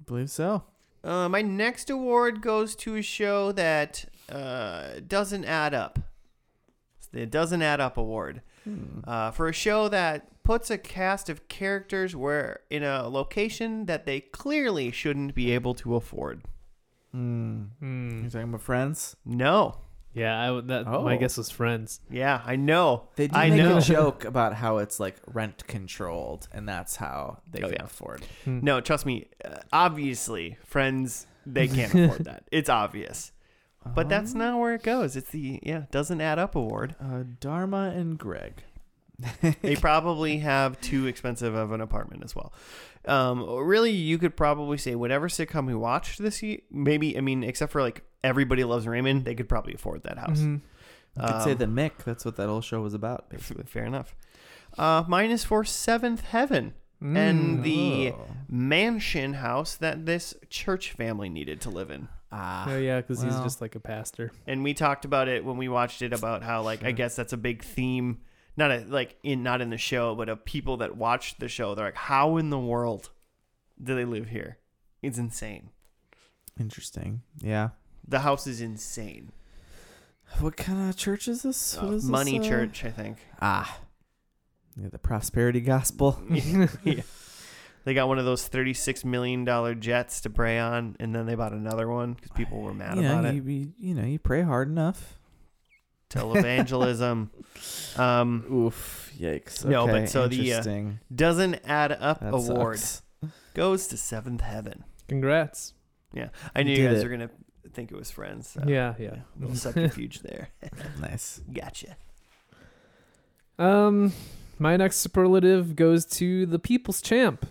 S3: believe so.
S1: Uh, my next award goes to a show that uh, doesn't add up. It's the doesn't add up award
S3: Hmm.
S1: uh, for a show that puts a cast of characters where in a location that they clearly shouldn't be able to afford. hmm.
S3: Mm. You talking about friends?
S1: No.
S2: Yeah, I, would- that
S3: Oh.
S2: my guess was Friends.
S1: Yeah, I know.
S3: They do
S1: I
S3: make
S1: know.
S3: a joke about how it's like rent controlled, and that's how they
S1: Oh,
S3: can
S1: yeah.
S3: afford.
S1: No, trust me. Uh, obviously, friends they can't afford that. It's obvious. But that's not where it goes. It's the yeah doesn't add up award.
S3: uh, Dharma and Greg.
S1: They probably have too expensive of an apartment as well. Um, really, you could probably say whatever sitcom we watched this year. Maybe I mean, except for like Everybody Loves Raymond, they could probably afford that house.
S2: Mhm.
S3: Mm-hmm. You could say
S1: Um,
S3: the Mick. That's what that whole show was about.
S1: f- Fair enough. Uh, mine is for Seventh Heaven and
S2: Mm.
S1: the
S3: Oh.
S1: mansion house that this church family needed to live in.
S3: ah,
S2: Oh yeah, because he's
S3: well.
S2: just like a pastor.
S1: and we talked about it when we watched it about how like I guess that's a big theme not a, like in not in the show but of people that watched the show they're like how in the world do they live here it's insane
S3: interesting. Yeah.
S1: the house is insane
S3: What kind of church is this?
S1: Uh,
S3: What is this,
S1: money
S3: uh,
S1: church I think
S3: Ah, yeah, the prosperity gospel.
S1: Yeah. they got one of those 36 million dollar jets to prey on and then they bought another one because people were mad
S3: you know,
S1: about
S3: you,
S1: it
S3: you, you know, you pray hard enough.
S1: televangelism um
S3: Oof! Yikes.
S1: No, but
S3: Okay,
S1: so the, uh,
S3: interesting.
S1: doesn't add up
S3: That
S1: award
S3: sucks.
S1: goes to seventh heaven
S2: Congrats.
S1: I knew
S3: You
S1: you
S3: did
S1: guys
S3: it.
S1: were gonna think it was friends. So.
S2: Yeah, yeah.
S1: A little subterfuge there.
S3: Nice.
S1: Gotcha.
S2: Um, my next superlative goes to the People's Champ.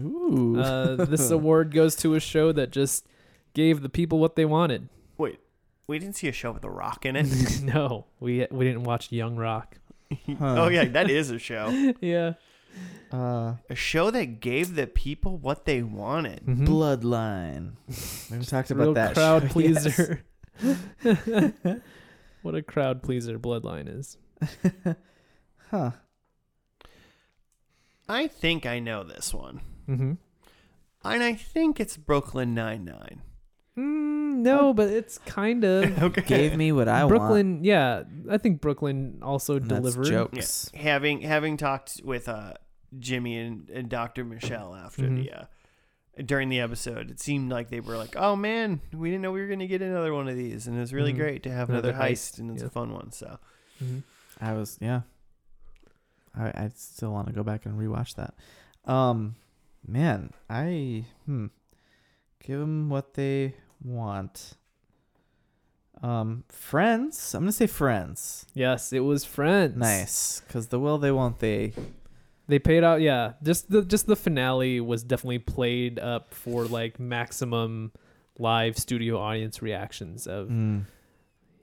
S3: Ooh.
S2: Uh, this award goes to a show that just gave the people what they wanted.
S1: We didn't see a show with a rock in it.
S2: no, we we didn't watch Young Rock.
S1: Oh yeah, that is a show.
S2: yeah.
S3: Uh,
S1: A show that gave the people what they wanted.
S3: hmm?
S2: Mhm.
S3: Bloodline. We talked about
S2: Real
S3: that.
S2: crowd
S3: show, yes.
S2: pleaser. what a crowd pleaser Bloodline is.
S3: huh.
S1: I think I know this one,
S2: Mm-hmm.
S1: and I think it's Brooklyn Nine Nine.
S2: Mm, no, but it's kind of
S1: Okay.
S3: Gave me what I want.
S2: Brooklyn. Yeah, I think Brooklyn also
S3: and that's
S2: delivered.
S3: jokes.
S2: Mm-hmm.
S1: having having talked with uh Jimmy and, and Doctor Michelle after the uh, during the episode. It seemed like they were like, "Oh man, we didn't know we were going to get another one of these," and it was really
S2: Mhm.
S1: great to have another,
S2: Another
S1: heist,
S2: heist,
S1: and it's
S2: yeah.
S1: a fun one. So
S2: Mm-hmm.
S3: I was yeah. I I still want to go back and rewatch that. Um, man, I hmm. Give them what they want. Um, Friends. I'm gonna say Friends.
S2: Yes, it was Friends.
S3: Nice, cause the will they won't they.
S2: They paid out. Yeah, just the just the finale was definitely played up for like maximum live studio audience reactions of
S3: Mm.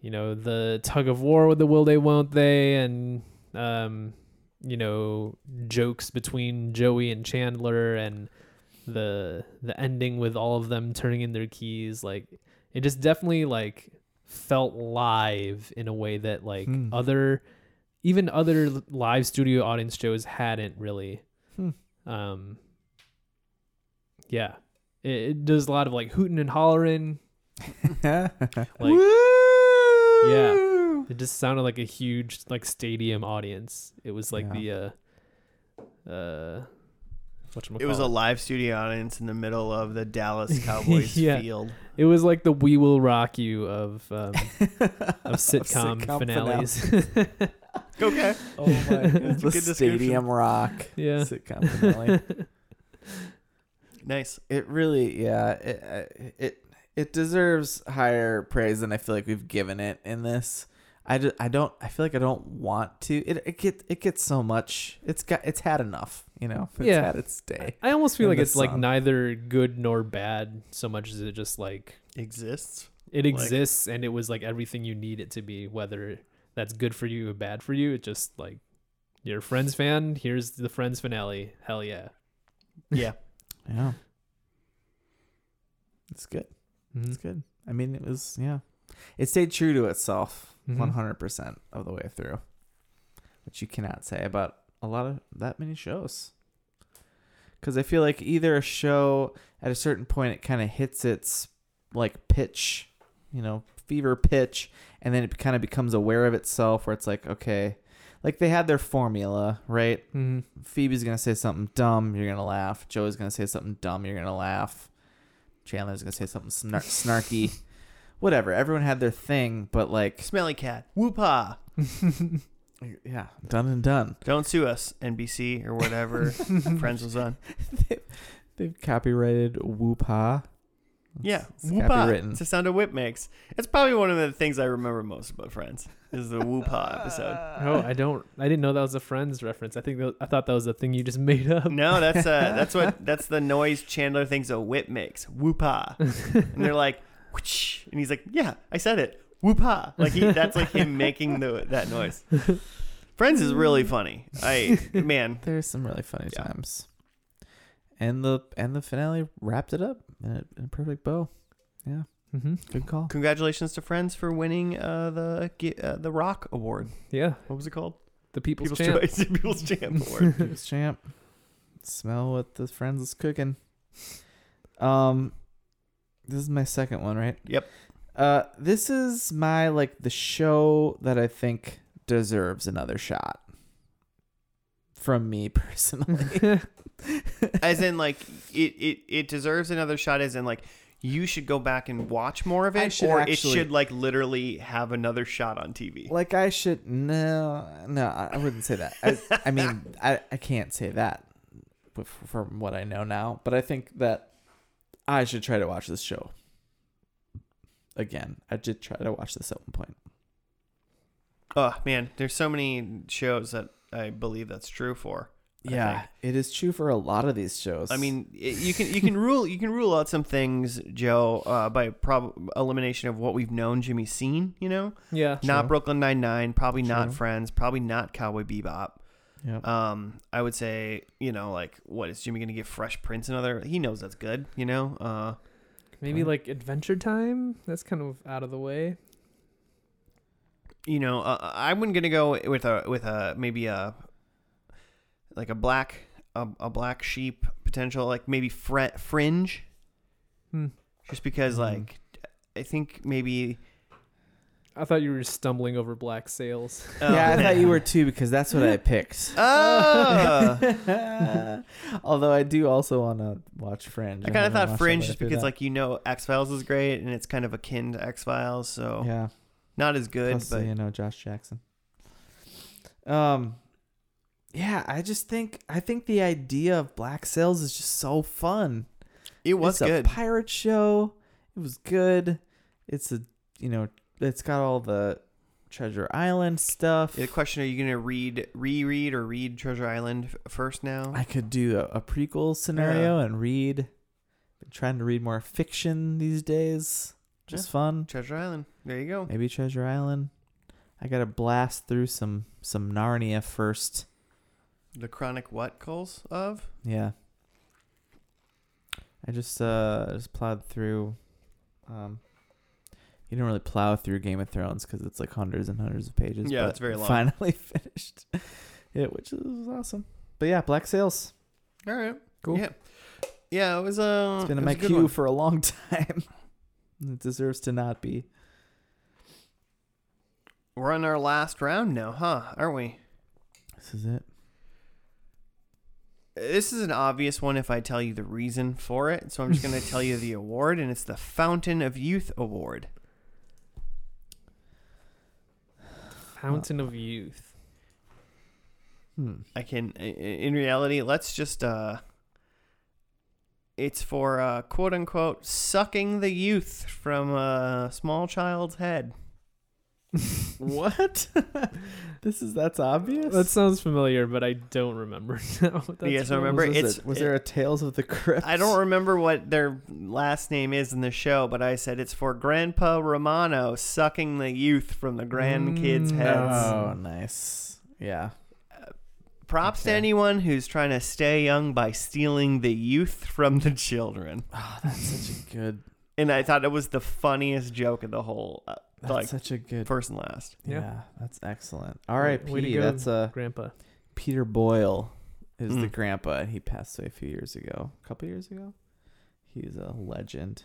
S2: you know the tug of war with the will they won't they and um you know jokes between Joey and Chandler and the the ending with all of them turning in their keys like it just definitely like felt live in a way that like
S3: Hmm.
S2: other even other live studio audience shows hadn't really
S3: Hmm.
S2: um yeah it, it does a lot of like hooting and hollering like
S3: Woo!
S2: it just sounded like a huge like stadium audience. It was like
S3: Yeah.
S2: the uh uh what
S1: it was a live studio audience in the middle of the Dallas Cowboys
S2: Yeah.
S1: field.
S2: it was like the we will rock you of um, of sitcom,
S3: sitcom
S2: finales.
S1: Okay,
S3: Oh my
S1: That's a
S3: goodness.
S1: good
S3: the
S1: description.
S3: stadium rock.
S2: yeah.
S3: Sitcom finale.
S1: nice.
S3: it really yeah it, I- it it deserves higher praise than i feel like we've given it in this i, d- I don't i feel like i don't want to it it get it gets so much it's got it's had enough you know it's
S2: Yeah.
S3: had its day
S2: I almost feel
S3: In
S2: like
S3: the
S2: it's like
S3: sun.
S2: neither good nor bad so much as it just like
S1: Exists.
S2: it
S1: Like-
S2: exists and it was like everything you need it to be whether that's good for you or bad for you. It just like you're a Friends fan, here's the Friends finale. Hell yeah.
S1: Yeah.
S3: yeah it's good
S2: Mhm.
S3: it's good i mean it was yeah it stayed true to itself
S2: Mhm.
S3: 100% of the way through which you cannot say about a lot of that many shows because i feel like either a show at a certain point it kind of hits its like pitch you know fever pitch and then it kind of becomes aware of itself where it's like okay like they had their formula right
S2: Mhm.
S3: Phoebe's gonna say something dumb, you're gonna laugh. Joey's gonna say something dumb, you're gonna laugh. Chandler's gonna say something snar- snarky. Whatever. Everyone had their thing, but like,
S1: Smelly cat. Whoopah.
S3: yeah, done and done.
S1: Don't sue us, NBC or whatever Friends was on.
S3: They've copyrighted Whoop-ha.
S1: Yeah,
S3: It's
S1: whoopah.
S3: copywritten.
S1: It's a sound a whip makes. It's probably one of the things I remember most about Friends is the whoopah episode.
S3: Uh,
S2: Oh, I don't. I didn't know that was a Friends reference. I think that, I thought that was a thing you just made up.
S1: No, that's uh that's what that's the noise Chandler thinks a whip makes. Whoopah. And they're like, "Whoosh," and he's like, Yeah, I said it. Whoopah. Like he that's like him making the that noise. Friends is really funny. I man,
S3: There's some really funny
S1: Yeah.
S3: times. And the and the finale wrapped it up in a, in a perfect bow.
S2: Mm-hmm.
S3: Good call.
S1: congratulations to Friends for winning uh the Ge- uh, the Rock Award.
S2: Yeah,
S1: What was it called?
S2: the People's,
S1: People's,
S2: Champ.
S1: Choice People's Champ Award.
S3: People's champ. Smell what the friends is cooking. Um, this is my second one, right?
S1: Yep.
S3: Uh, this is my like the show that I think deserves another shot from me personally.
S1: as in like it, it it deserves another shot as in like you should go back and watch more of
S3: I
S1: it
S3: should
S1: or it
S3: actually-
S1: should like literally have another shot on tv
S3: like I should no no I I wouldn't say that. I, I mean I I can't say that with- from what I know now, but I think that I should try to watch this show again. I did try to watch this at one point.
S1: oh man there's so many shows that i believe that's true for I
S3: Yeah, it is true for a lot of these shows.
S1: I mean, it, you can you can rule you can rule out some things, Joe, uh, by prob- elimination of what we've known Jimmy's seen. You know,
S2: yeah,
S1: not
S3: True.
S1: Brooklyn Nine Nine, probably not
S3: True.
S1: Friends, probably not Cowboy Bebop.
S3: yeah,
S1: Um, I would say, you know, like what is Jimmy gonna give Fresh Prince another? He knows that's good. You know, uh,
S2: maybe like Adventure Time. That's kind of out of the way.
S1: you know, uh, I'm gonna go with a with a maybe a like a black a, a black sheep potential, like maybe fr- fringe,
S2: Hmm.
S1: just because
S3: Mhm.
S1: like I think maybe
S2: I thought you were stumbling over black sails.
S1: Oh.
S3: yeah, I thought you were too because that's what I picked.
S1: Oh.
S3: Although I do also want to watch Fringe.
S1: I kind of
S3: haven't watched
S1: thought
S3: it,
S1: Fringe
S3: but I
S1: just
S3: feel
S1: because
S3: that-
S1: like you know X Files is great and it's kind of akin to X Files, so
S3: yeah,
S1: not as oh, good,
S3: plus
S1: but
S3: you know Josh Jackson. Um, yeah, I just think I think the idea of black sails is just so fun.
S1: it was
S3: it's
S1: good.
S3: a pirate show. It was good. It's a you know it's got all the Treasure Island stuff.
S1: The Uh, question: Are you gonna read, reread, or read Treasure Island f- first now?
S3: I could do a, a prequel scenario and read. Been trying to read more fiction these days. Just
S1: Yeah.
S3: fun.
S1: Treasure Island. There you go.
S3: Maybe Treasure Island. I gotta blast through some some Narnia first.
S1: The chronic what calls of?
S3: Yeah. I just uh just plowed through. Um, you don't really plow through Game of Thrones because it's like hundreds and hundreds of pages.
S1: Yeah,
S3: but
S1: it's very long.
S3: Finally finished it, which is awesome. But yeah, Black Sails.
S1: All right.
S3: Cool.
S1: Yeah. Yeah, it was uh,
S3: It's been
S1: it was
S3: in my
S1: a good
S3: queue
S1: one.
S3: for Mm, a long time. it deserves to not be.
S1: We're on our last round now, huh? Aren't we?
S3: This is it.
S1: This is an obvious one if I tell you the reason for it, so I'm just going to tell you the award, and it's the Fountain of Youth Award.
S2: Fountain of Youth.
S3: Hmm.
S1: I can, i- i- in reality, let's just, uh, it's for, uh, quote unquote, sucking the youth from a small child's head.
S3: What? this is that's obvious.
S2: That sounds familiar, but I don't remember now.
S1: Do you
S2: That's
S1: guys don't remember?
S3: Was, this
S1: It's,
S3: a- was there a Tales of the Crypt?
S1: I don't remember what their last name is in the show, but I said it's for Grandpa Romano sucking the youth from the grandkids'
S2: Mm,
S1: heads.
S3: Oh, nice. Yeah.
S1: Props to
S3: Okay.
S1: anyone who's trying to stay young by stealing the youth from the children.
S3: Oh, that's such a good.
S1: And I thought it was the funniest joke of the whole, uh,
S3: That's
S1: Like,
S3: such a good.
S1: first and last.
S2: Yeah.
S3: yeah. that's excellent.
S2: Way-
S3: R.I.P.
S2: way to go.
S3: That's uh,
S2: Grandpa.
S3: Peter Boyle is the
S1: Mm.
S3: grandpa. He passed away a few years ago. A couple years ago. He's a legend.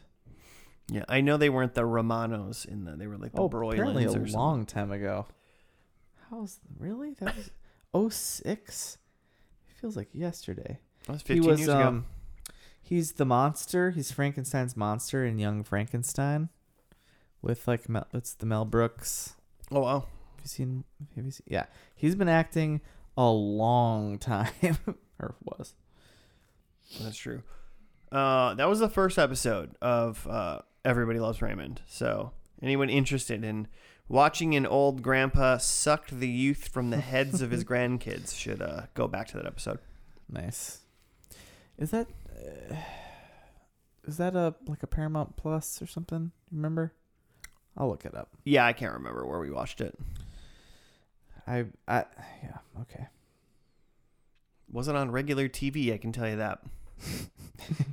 S1: Yeah, I know they weren't the Romanos in the. They were like the
S3: Oh, apparently a
S1: Broilins or something.
S3: long time ago. How's really that was 06? It feels like yesterday.
S1: That was 15
S3: he was
S1: years ago.
S3: um he's the monster. He's Frankenstein's monster in Young Frankenstein with like Mel, it's the Mel Brooks.
S1: Oh wow,
S3: Have you seen have you seen Yeah. He's been acting a long time or was.
S1: that's true. Uh, that was the first episode of uh, Everybody Loves Raymond. So anyone interested in watching an old grandpa suck the youth from the heads of his grandkids should uh, go back to that episode.
S3: Nice. Is that uh, is that a like a Paramount Plus or something? Remember? I'll look it up.
S1: Yeah, I can't remember where we watched it.
S3: I, I, yeah, okay.
S1: wasn't on regular TV, I can tell you that.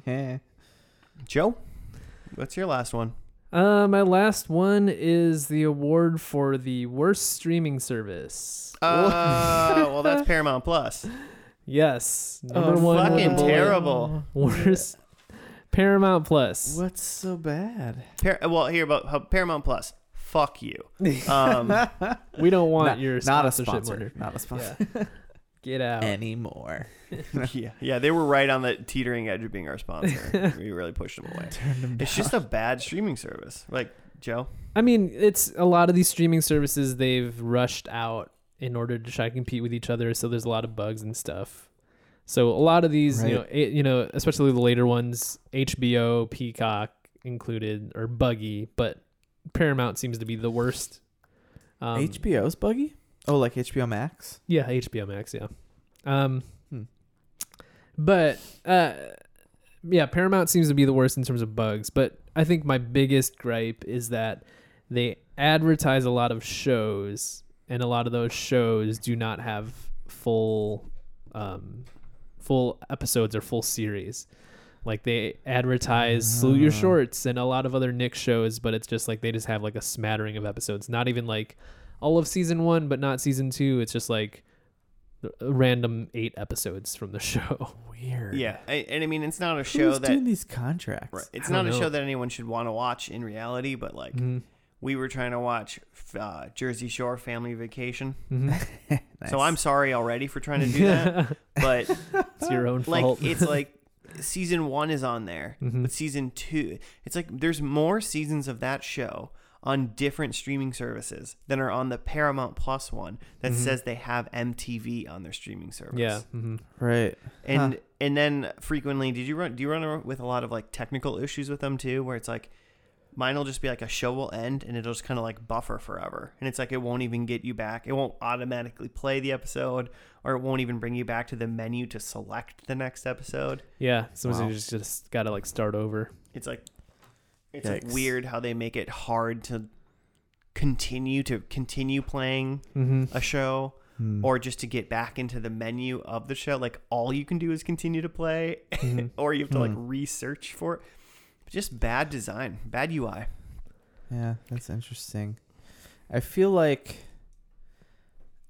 S3: Eh.
S1: Joe, what's your last one?
S2: Uh, my last one is the award for the worst streaming service.
S1: Uh, well, that's Paramount Plus.
S2: Yes, number one.
S1: Oh, fucking
S2: with a bullet.
S1: terrible.
S2: Worst. Paramount Plus.
S3: What's so bad?
S1: Par- well, here about Paramount Plus. Fuck you. Um,
S2: We don't want
S3: Not-
S2: your
S3: not a
S2: sponsorship
S3: sponsor.
S2: money.
S3: Not a sponsor Eh.
S2: Yeah. Get out.
S3: anymore.
S1: yeah, yeah, they were right on the teetering edge of being our sponsor. we really pushed them away. It's just a bad streaming service. Like Joe,
S2: I mean, it's a lot of these streaming services they've rushed out in order to try to compete with each other. So there's a lot of bugs and stuff. So a lot of these, you know,
S3: Right.
S2: it, you know, especially the later ones, HBO, Peacock included, or buggy, but Paramount seems to be the worst. Um,
S3: HBO's buggy? Oh, like HBO Max?
S2: Yeah, HBO Max. Yeah. Um,
S3: Hmm.
S2: but uh, yeah, Paramount seems to be the worst in terms of bugs. But I think my biggest gripe is that they advertise a lot of shows, and a lot of those shows do not have full, um, full episodes or full series. Like they advertise salute your
S3: Ah.
S2: shorts and a lot of other Nick shows, but it's just like they just have like a smattering of episodes. Not even like all of season one, but not season two. It's just like a random eight episodes from the show.
S3: Weird.
S1: yeah, I, and I mean it's not a
S3: Who's
S1: show
S3: doing
S1: that
S3: these contracts?
S1: right, it's
S2: I
S1: not
S2: don't
S1: a
S2: know. Mm. Mm-hmm.
S1: show that anyone should want to watch in reality. But like, we were trying to watch uh, Jersey Shore Family Vacation.
S2: Mhm.
S1: So I'm sorry already for trying to do that, but
S2: it's your own
S1: like
S2: fault.
S1: it's like season one is on there,
S2: Mhm.
S1: but season two, it's like there's more seasons of that show on different streaming services than are on the Paramount Plus one that
S2: Mhm.
S1: says they have MTV on their streaming service.
S2: yeah. hmm
S3: right.
S1: and and then frequently, did you run? Do you run ar- with a lot of like technical issues with them too, where it's like. Mine will just be like a show will end and it'll just kind of like buffer forever. And it's like it won't even get you back. It won't automatically play the episode or it won't even bring you back to the menu to select the next episode.
S2: Yeah. Sometimes
S3: Wow.
S2: you just, just gotta like start over.
S1: It's like it's like
S3: Yikes.
S1: weird how they make it hard to continue to continue playing
S2: Mm-hmm.
S1: a show
S3: Hmm.
S1: or just to get back into the menu of the show. Like all you can do is continue to play or you have to like
S3: Hmm.
S1: research for it. Just bad design, bad UI.
S3: Yeah, that's interesting. I feel like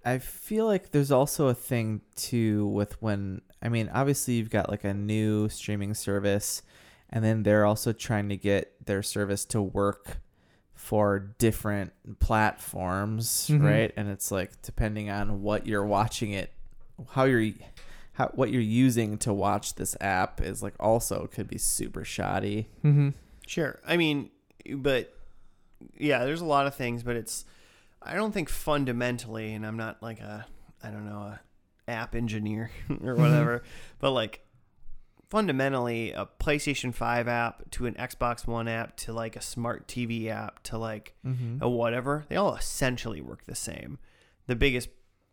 S3: I feel like there's also a thing too with when I mean, obviously you've got like a new streaming service and then they're also trying to get their service to work for different platforms,
S2: Mhm.
S3: right? And it's like depending on what you're watching it, how you're how, what you're using to watch this app is like also could be super shoddy.
S2: Mm-hmm.
S1: Sure. I mean, but yeah, there's a lot of things, but it's I don't think fundamentally, and I'm not like a I don't know a app engineer or whatever, but like fundamentally, a PlayStation Five app to an Xbox One app to like a smart TV app to like
S3: Mm-hmm.
S1: a whatever, they all essentially work the same. The biggest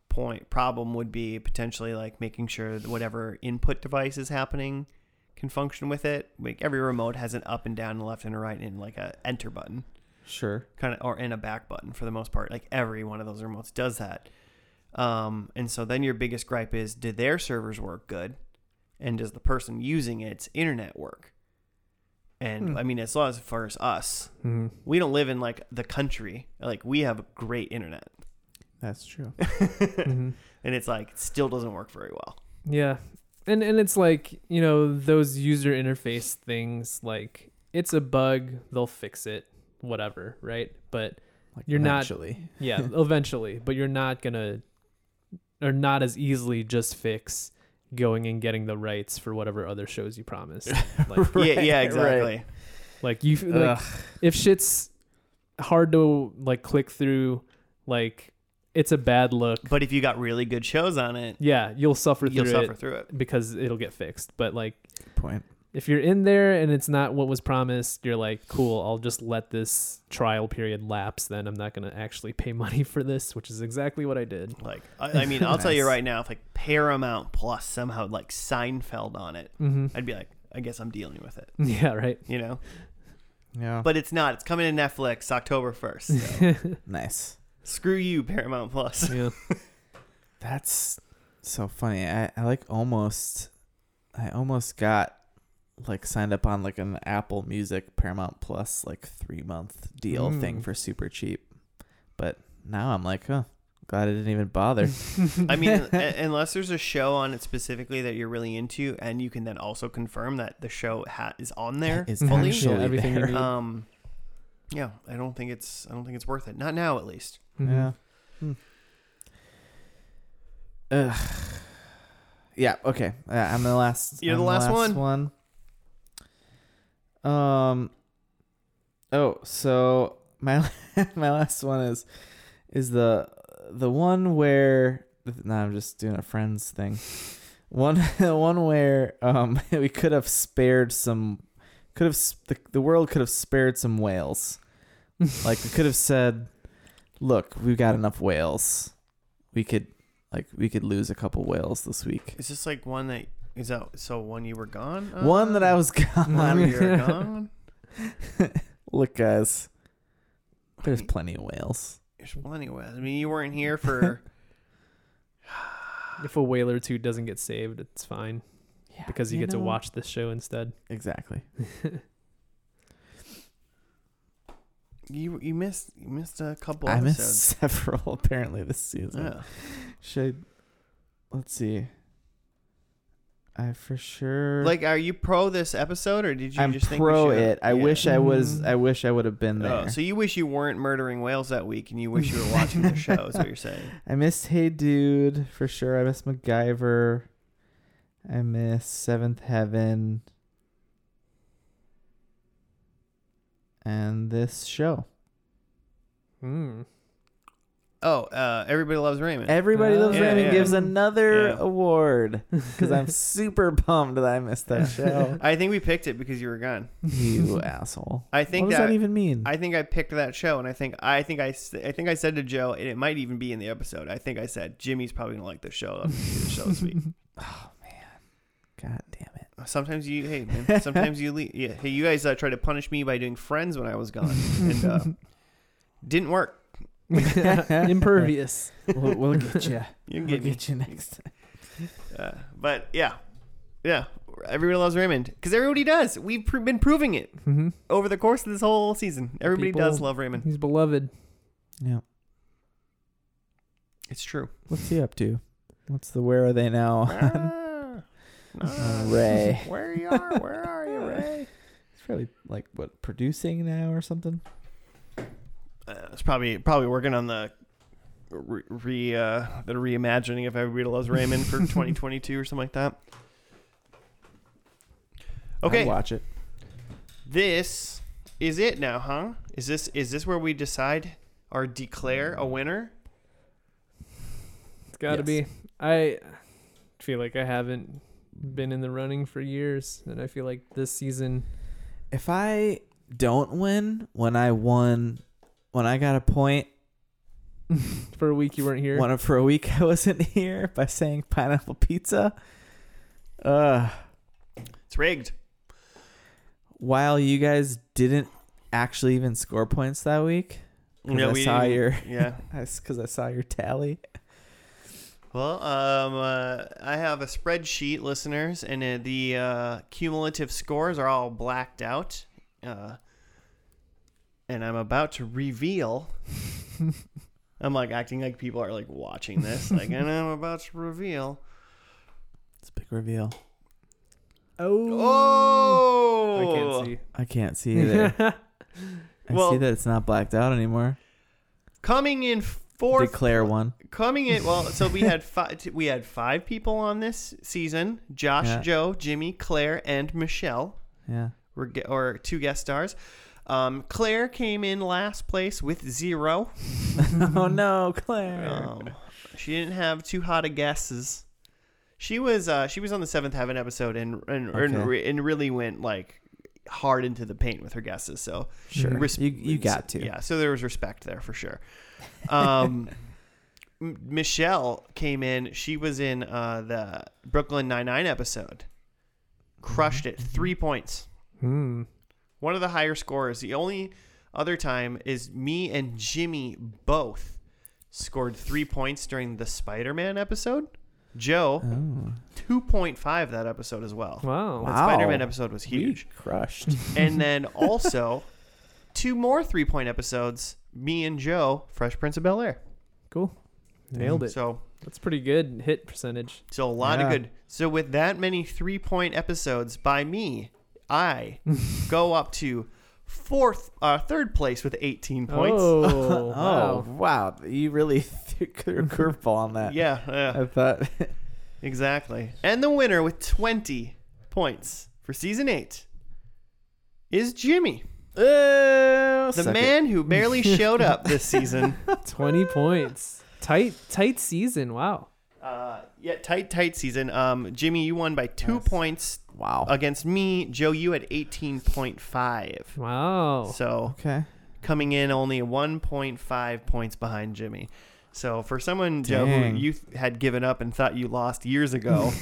S1: point problem would be potentially like making sure that whatever input device is happening can function with it. Like every remote has an up and down, a left and a right, and like a enter button,
S3: Sure.
S1: kind of, or and a back button for the most part. Like every one of those remotes does that. Um, and so then your biggest gripe is, do their servers work good, and does the person using its internet work? And
S3: Hmm.
S1: I mean, as long as for us,
S2: Mm-hmm.
S1: we don't live in like the country. Like we have great internet,
S3: That's true.
S1: and
S2: Mm-hmm.
S1: it's like it still doesn't work very well.
S2: Yeah. And and it's like, you know, those user interface things like it's a bug, they'll fix it, whatever, right? But
S3: Like
S2: You're not-
S3: actually.
S2: yeah, eventually, but you're not going to or not as easily just fix going and getting the rights for whatever other shows you promised. Like
S1: yeah, yeah,
S3: Right, right.
S1: exactly.
S2: like you like if shit's hard to like click through like it's a bad look.
S1: But if you got really good shows on it,
S2: Yeah, you'll suffer through
S1: you'll suffer
S2: it
S1: through it.
S2: because it'll get fixed. But like
S3: point.
S2: if you're in there and it's not what was promised, you're like, cool, I'll just let this trial period lapse. Then I'm not going to actually pay money for this, which is exactly what I did.
S1: Like, I, I mean, I'll tell you
S3: Nice.
S1: right now, if like Paramount Plus somehow like Seinfeld on it,
S2: hmm
S1: I'd be like, I guess I'm dealing with it,
S2: Yeah, right.
S1: you know.
S3: Yeah.
S1: But it's not. It's coming to Netflix October first.
S3: nice.
S1: Screw you, Paramount Plus.
S2: Yeah.
S3: That's so funny. I, I like almost I almost got like signed up on like an Apple Music Paramount Plus like three month deal thing
S2: Mm.
S3: for super cheap. But now I'm like, oh, glad I didn't even bother.
S1: I mean, a- unless there's a show on it specifically that you're really into, and you can then also confirm that the show ha- is on there.
S3: It's
S1: fully?
S3: actually
S2: Yeah, everything you
S3: there.
S2: need.
S1: um yeah i don't think it's i don't think it's worth it not now at least
S2: Mhm.
S3: Yeah. Hmm. Ugh. Yeah. Okay. Uh, I'm the last.
S1: You're the
S3: I'm
S1: last
S3: one. Um. Oh, so my my last one is is the the one where no, I'm just doing a friends thing. One one where um we could have spared some could have s- the, the world could have spared some whales. like we could have said, look, we've got enough whales. We could like we could lose a couple whales this week.
S1: is this like one that is that so one you were gone on?
S3: One that I was
S1: one
S3: gone.
S1: you were gone
S3: look, guys, there's plenty of whales.
S1: there's plenty of ways. i mean you weren't here for
S2: If a whale or two doesn't get saved, it's fine
S3: Yeah,
S2: because you, get to
S3: know.
S2: watch this show instead.
S3: exactly.
S1: you you missed you missed a couple
S3: I missed
S1: episodes
S3: several apparently this season.
S1: yeah.
S3: Should let's see. I for sure
S1: Like, are you pro this episode, or did you
S3: I'm
S1: just think we
S3: pro
S1: should-
S3: it. I
S1: Yeah.
S3: wish I was.
S2: Mm.
S3: I wish I would have been there.
S1: Oh, so you wish you weren't murdering whales that week, and you wish you were watching the show. Is what you're saying?
S3: I miss Hey Dude for sure. I miss MacGyver. I miss Seventh Heaven. And this show.
S2: Mm.
S1: Oh, uh, everybody loves Raymond.
S3: Everybody loves
S1: Yeah,
S3: Raymond
S1: yeah.
S3: gives another
S1: Yeah.
S3: award because I'm super bummed that I missed that show.
S1: I think we picked it because you were gone.
S3: you asshole.
S1: I think
S3: what does
S1: that,
S3: that, even mean?
S1: I think I picked that show, and I think I think I s- I think I said to Joe, and it might even be in the episode. I think I said Jimmy's probably gonna like this show. I'm gonna do this show this week.
S3: God damn it.
S1: Sometimes you, hey, man, sometimes you leave. Yeah, hey, you guys uh, tried to punish me by doing Friends when I was gone, and uh, didn't work.
S2: Impervious.
S3: We'll, we'll get you.
S1: You can
S3: We'll
S1: get me.
S3: get you next time.
S1: Uh, but yeah, yeah, everybody loves Raymond because everybody does. We've pr- been proving it
S2: Mhm.
S1: over the course of this whole season. Everybody does
S2: People-
S1: love Raymond.
S2: He's beloved.
S3: Yeah.
S1: It's true.
S3: What's he up to? What's the where are they now?
S1: Ah,
S3: Uh,
S1: nah.
S3: Ray.
S1: where you are? Where are you, Ray?
S3: He's probably like what producing now or something.
S1: Uh, it's probably probably working on the re, re uh, the reimagining of Everybody Loves Raymond for 2022 or something like that. Okay,
S3: I'd watch it.
S1: this is it now, huh? Is this is this where we decide or declare a winner?
S2: It's got to be.
S3: Yes.
S2: I feel like I haven't been in the running for years, and I feel like this season.
S3: If I don't win, when I won, when I got a point,
S2: For a week you weren't here.
S3: one for a week I wasn't here by saying pineapple pizza. Uh,
S1: It's rigged.
S3: while you guys didn't actually even score points that week, 'Cause I saw
S1: didn't-
S3: your-
S1: yeah.
S3: because I saw your tally.
S1: Well, um, uh, I have a spreadsheet, listeners, and uh, the uh, cumulative scores are all blacked out, uh, and I'm about to reveal. I'm like acting like people are like watching this, like, and I'm about to reveal.
S3: It's a big reveal.
S1: Oh,
S2: I can't see.
S3: I can't see either. I see
S1: Well-
S3: that it's not blacked out anymore.
S1: Coming in fourth
S3: Declare one.
S1: coming in well so we had five we had five people on this season josh
S3: Yeah.
S1: joe jimmy claire and michelle
S3: Yeah.
S1: were ge- or two guest stars um, claire came in last place with zero
S3: oh no, Claire.
S1: um, she didn't have too hot of guesses she was uh, she was on the seventh heaven episode and and, and,
S3: Okay.
S1: re- and really went like hard into the paint with her guesses so
S3: Sure.
S1: Res-
S3: you, you got to.
S1: yeah so there was respect there for sure um M- michelle came in she was in uh the brooklyn 99 episode crushed it three points
S2: Hmm.
S1: one of the higher scores the only other time is me and jimmy both scored three points during the spider-man episode joe
S3: Oh.
S1: 2.5 that episode as well
S2: Wow.
S1: that
S3: Wow.
S1: spider-man episode was huge
S3: We crushed.
S1: and then also two more three point episodes. Me and Joe, Fresh Prince of Bel Air.
S2: Cool. Nailed it.
S1: So,
S2: That's pretty good hit percentage.
S1: so a lot of
S3: Yeah.
S1: good. So with that many three point episodes by me, I go up to fourth, uh, third place with eighteen points.
S2: Oh, wow.
S3: oh wow. You really threw a curveball on that.
S1: Yeah, yeah,
S3: I thought
S1: exactly. And the winner with twenty points for season eight is Jimmy,
S3: Oh,
S1: Uh, the
S3: suck it.
S1: man who barely showed up this season.
S3: Oh.
S2: 20 points. Tight, tight season. Wow.
S1: Uh, yeah, tight, tight season. Um, Jimmy, you won by two points
S3: Wow.
S1: against me. Joe, you had eighteen point five.
S3: Oh.
S2: Wow.
S1: So
S3: Okay.
S1: coming in only one point five points behind Jimmy. So for someone Joe who
S3: Dang.
S1: you th- had given up and thought you lost years ago,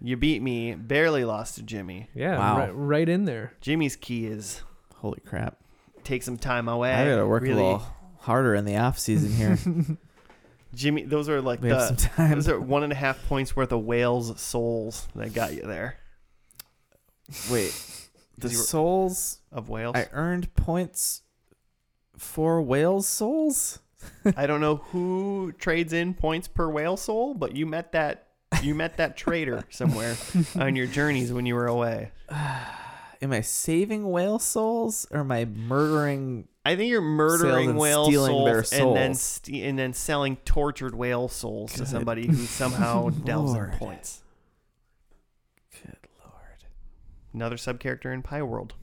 S1: you beat me. Barely lost to Jimmy.
S2: Yeah.
S3: Wow.
S2: Right, right in there.
S1: Jimmy's key is
S3: Holy crap.
S1: take some time away.
S3: I gotta work
S1: Really-
S3: a little harder in the off season here.
S1: Jimmy, those are like
S3: we have some
S1: the
S3: time.
S1: those are one and a half points worth of whales souls that got you there
S3: Wait. The
S1: Zero-
S3: souls
S1: of whales.
S3: I earned points for whale souls?
S1: I don't know who trades in points per whale soul, but you met that you met that traitor somewhere on your journeys when you were away.
S3: Am I saving whale souls or am I murdering?
S1: I think you're murdering
S3: and
S1: whale
S3: stealing
S1: souls,
S3: their
S1: and then
S3: souls.
S1: st- and then selling tortured whale souls to
S3: Good
S1: somebody who somehow delves in
S3: Lord.
S1: points.
S3: Good lord,
S1: Another sub character in Pie World.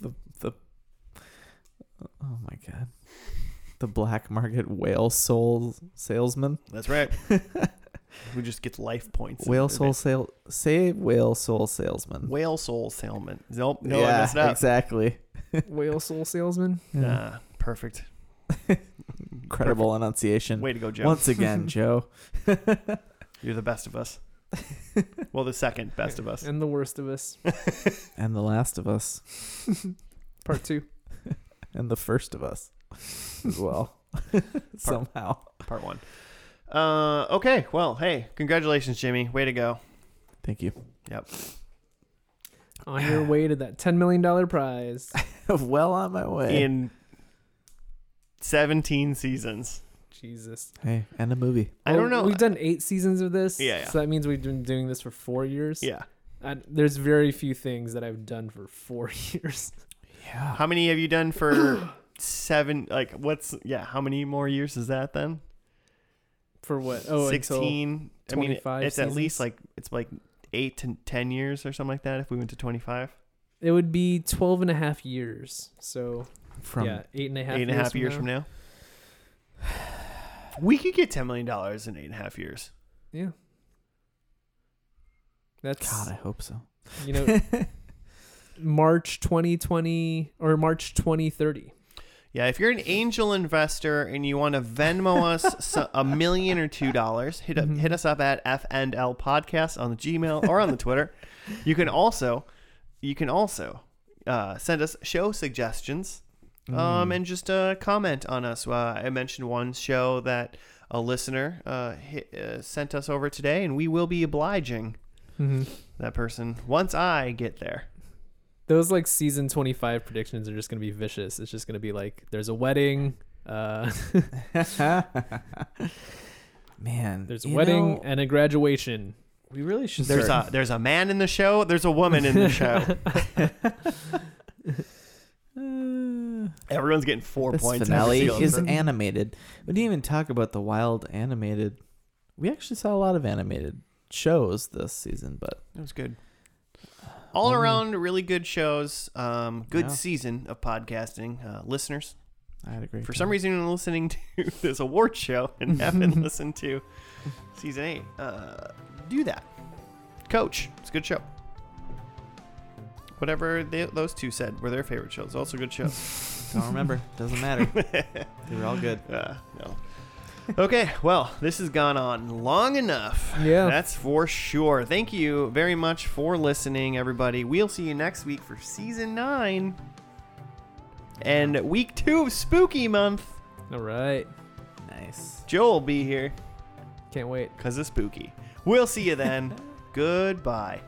S3: the the oh my god, the black market whale soul salesman,
S1: That's right. who just gets life points.
S3: whale soul sale, save whale soul salesman.
S1: Whale soul salmon. Nope. No, I
S3: yeah,
S1: messed up.
S3: exactly.
S2: Whale soul salesman.
S3: Yeah.
S1: Ah, perfect.
S3: Incredible enunciation.
S1: Way to go, Joe.
S3: Once again, Joe.
S1: You're the best of us. well, the second best of us.
S2: And the worst of us.
S3: and The Last of Us.
S2: Part two.
S3: And The First of Us as well. Somehow.
S1: Part one. Uh, okay. Well, hey, congratulations, Jimmy. Way to go.
S3: Thank you.
S1: Oh,
S2: On your way to that ten million dollar prize.
S3: well on my way.
S1: In 17 seasons.
S2: Jesus.
S3: hey, and a movie.
S1: I don't know.
S2: We've done eight seasons of this.
S1: Yeah, yeah.
S2: So that means we've been doing this for four years.
S1: yeah.
S2: I, there's very few things that I've done for four years.
S3: Yeah.
S1: How many have you done for seven? Like, what's, yeah, how many more years is that then?
S2: For what? Oh, until
S1: 16. I mean,
S2: 25
S1: it's at least
S2: seasons?
S1: like, it's like eight to 10 years or something like that if we went to 25.
S2: it would be 12 and a half years. So
S3: From
S2: yeah, eight and a half.
S1: eight and a half years from now. We could get $10 million in eight and a half years.
S2: Yeah. That's
S3: God, I hope so.
S2: you know March 2020 or March 2030.
S1: Yeah, if you're an angel investor and you want to Venmo us so- a million or two dollars, hit up,
S2: Mhm.
S1: hit us up at FNL Podcast on the Gmail or on the Twitter. You can also you can also uh, send us show suggestions um, and just uh, comment on us. Uh, I mentioned one show that a listener uh, hit, uh, sent us over today, and we will be obliging
S2: Mm-hmm.
S1: that person once I get there.
S2: Those like season 25 predictions are just going to be vicious. It's just going to be like there's a wedding, uh
S3: Man.
S2: there's a
S3: you
S2: wedding
S3: know,
S2: and a graduation.
S3: we really should
S1: There's
S3: start-
S1: a there's a man in the show. There's a woman in the show.
S3: Uh,
S1: Everyone's getting four
S3: this
S1: points.
S3: finale
S1: in the
S3: is
S1: field.
S3: animated. We didn't even talk about the wild animated. We actually saw a lot of animated shows this season, but
S1: That was good. All
S3: Only-
S1: around, really good shows. Um, good
S3: Yeah.
S1: season of podcasting, uh, listeners.
S3: I had a great
S1: For
S3: time.
S1: some reason, you're listening to this award show and haven't listened to season eight. Uh, do that, Coach. It's a good show. Whatever they, those two said were their favorite shows. Also good shows.
S3: Don't remember. Doesn't matter. they were all good.
S1: Uh, no. Okay, well, this has gone on long enough.
S2: Yeah.
S1: That's for sure. Thank you very much for listening, everybody. We'll see you next week for season nine and week two of Spooky Month.
S2: All right.
S3: Nice.
S1: Joel will be here
S2: Can't wait.
S1: because of Spooky. We'll see you then. Goodbye.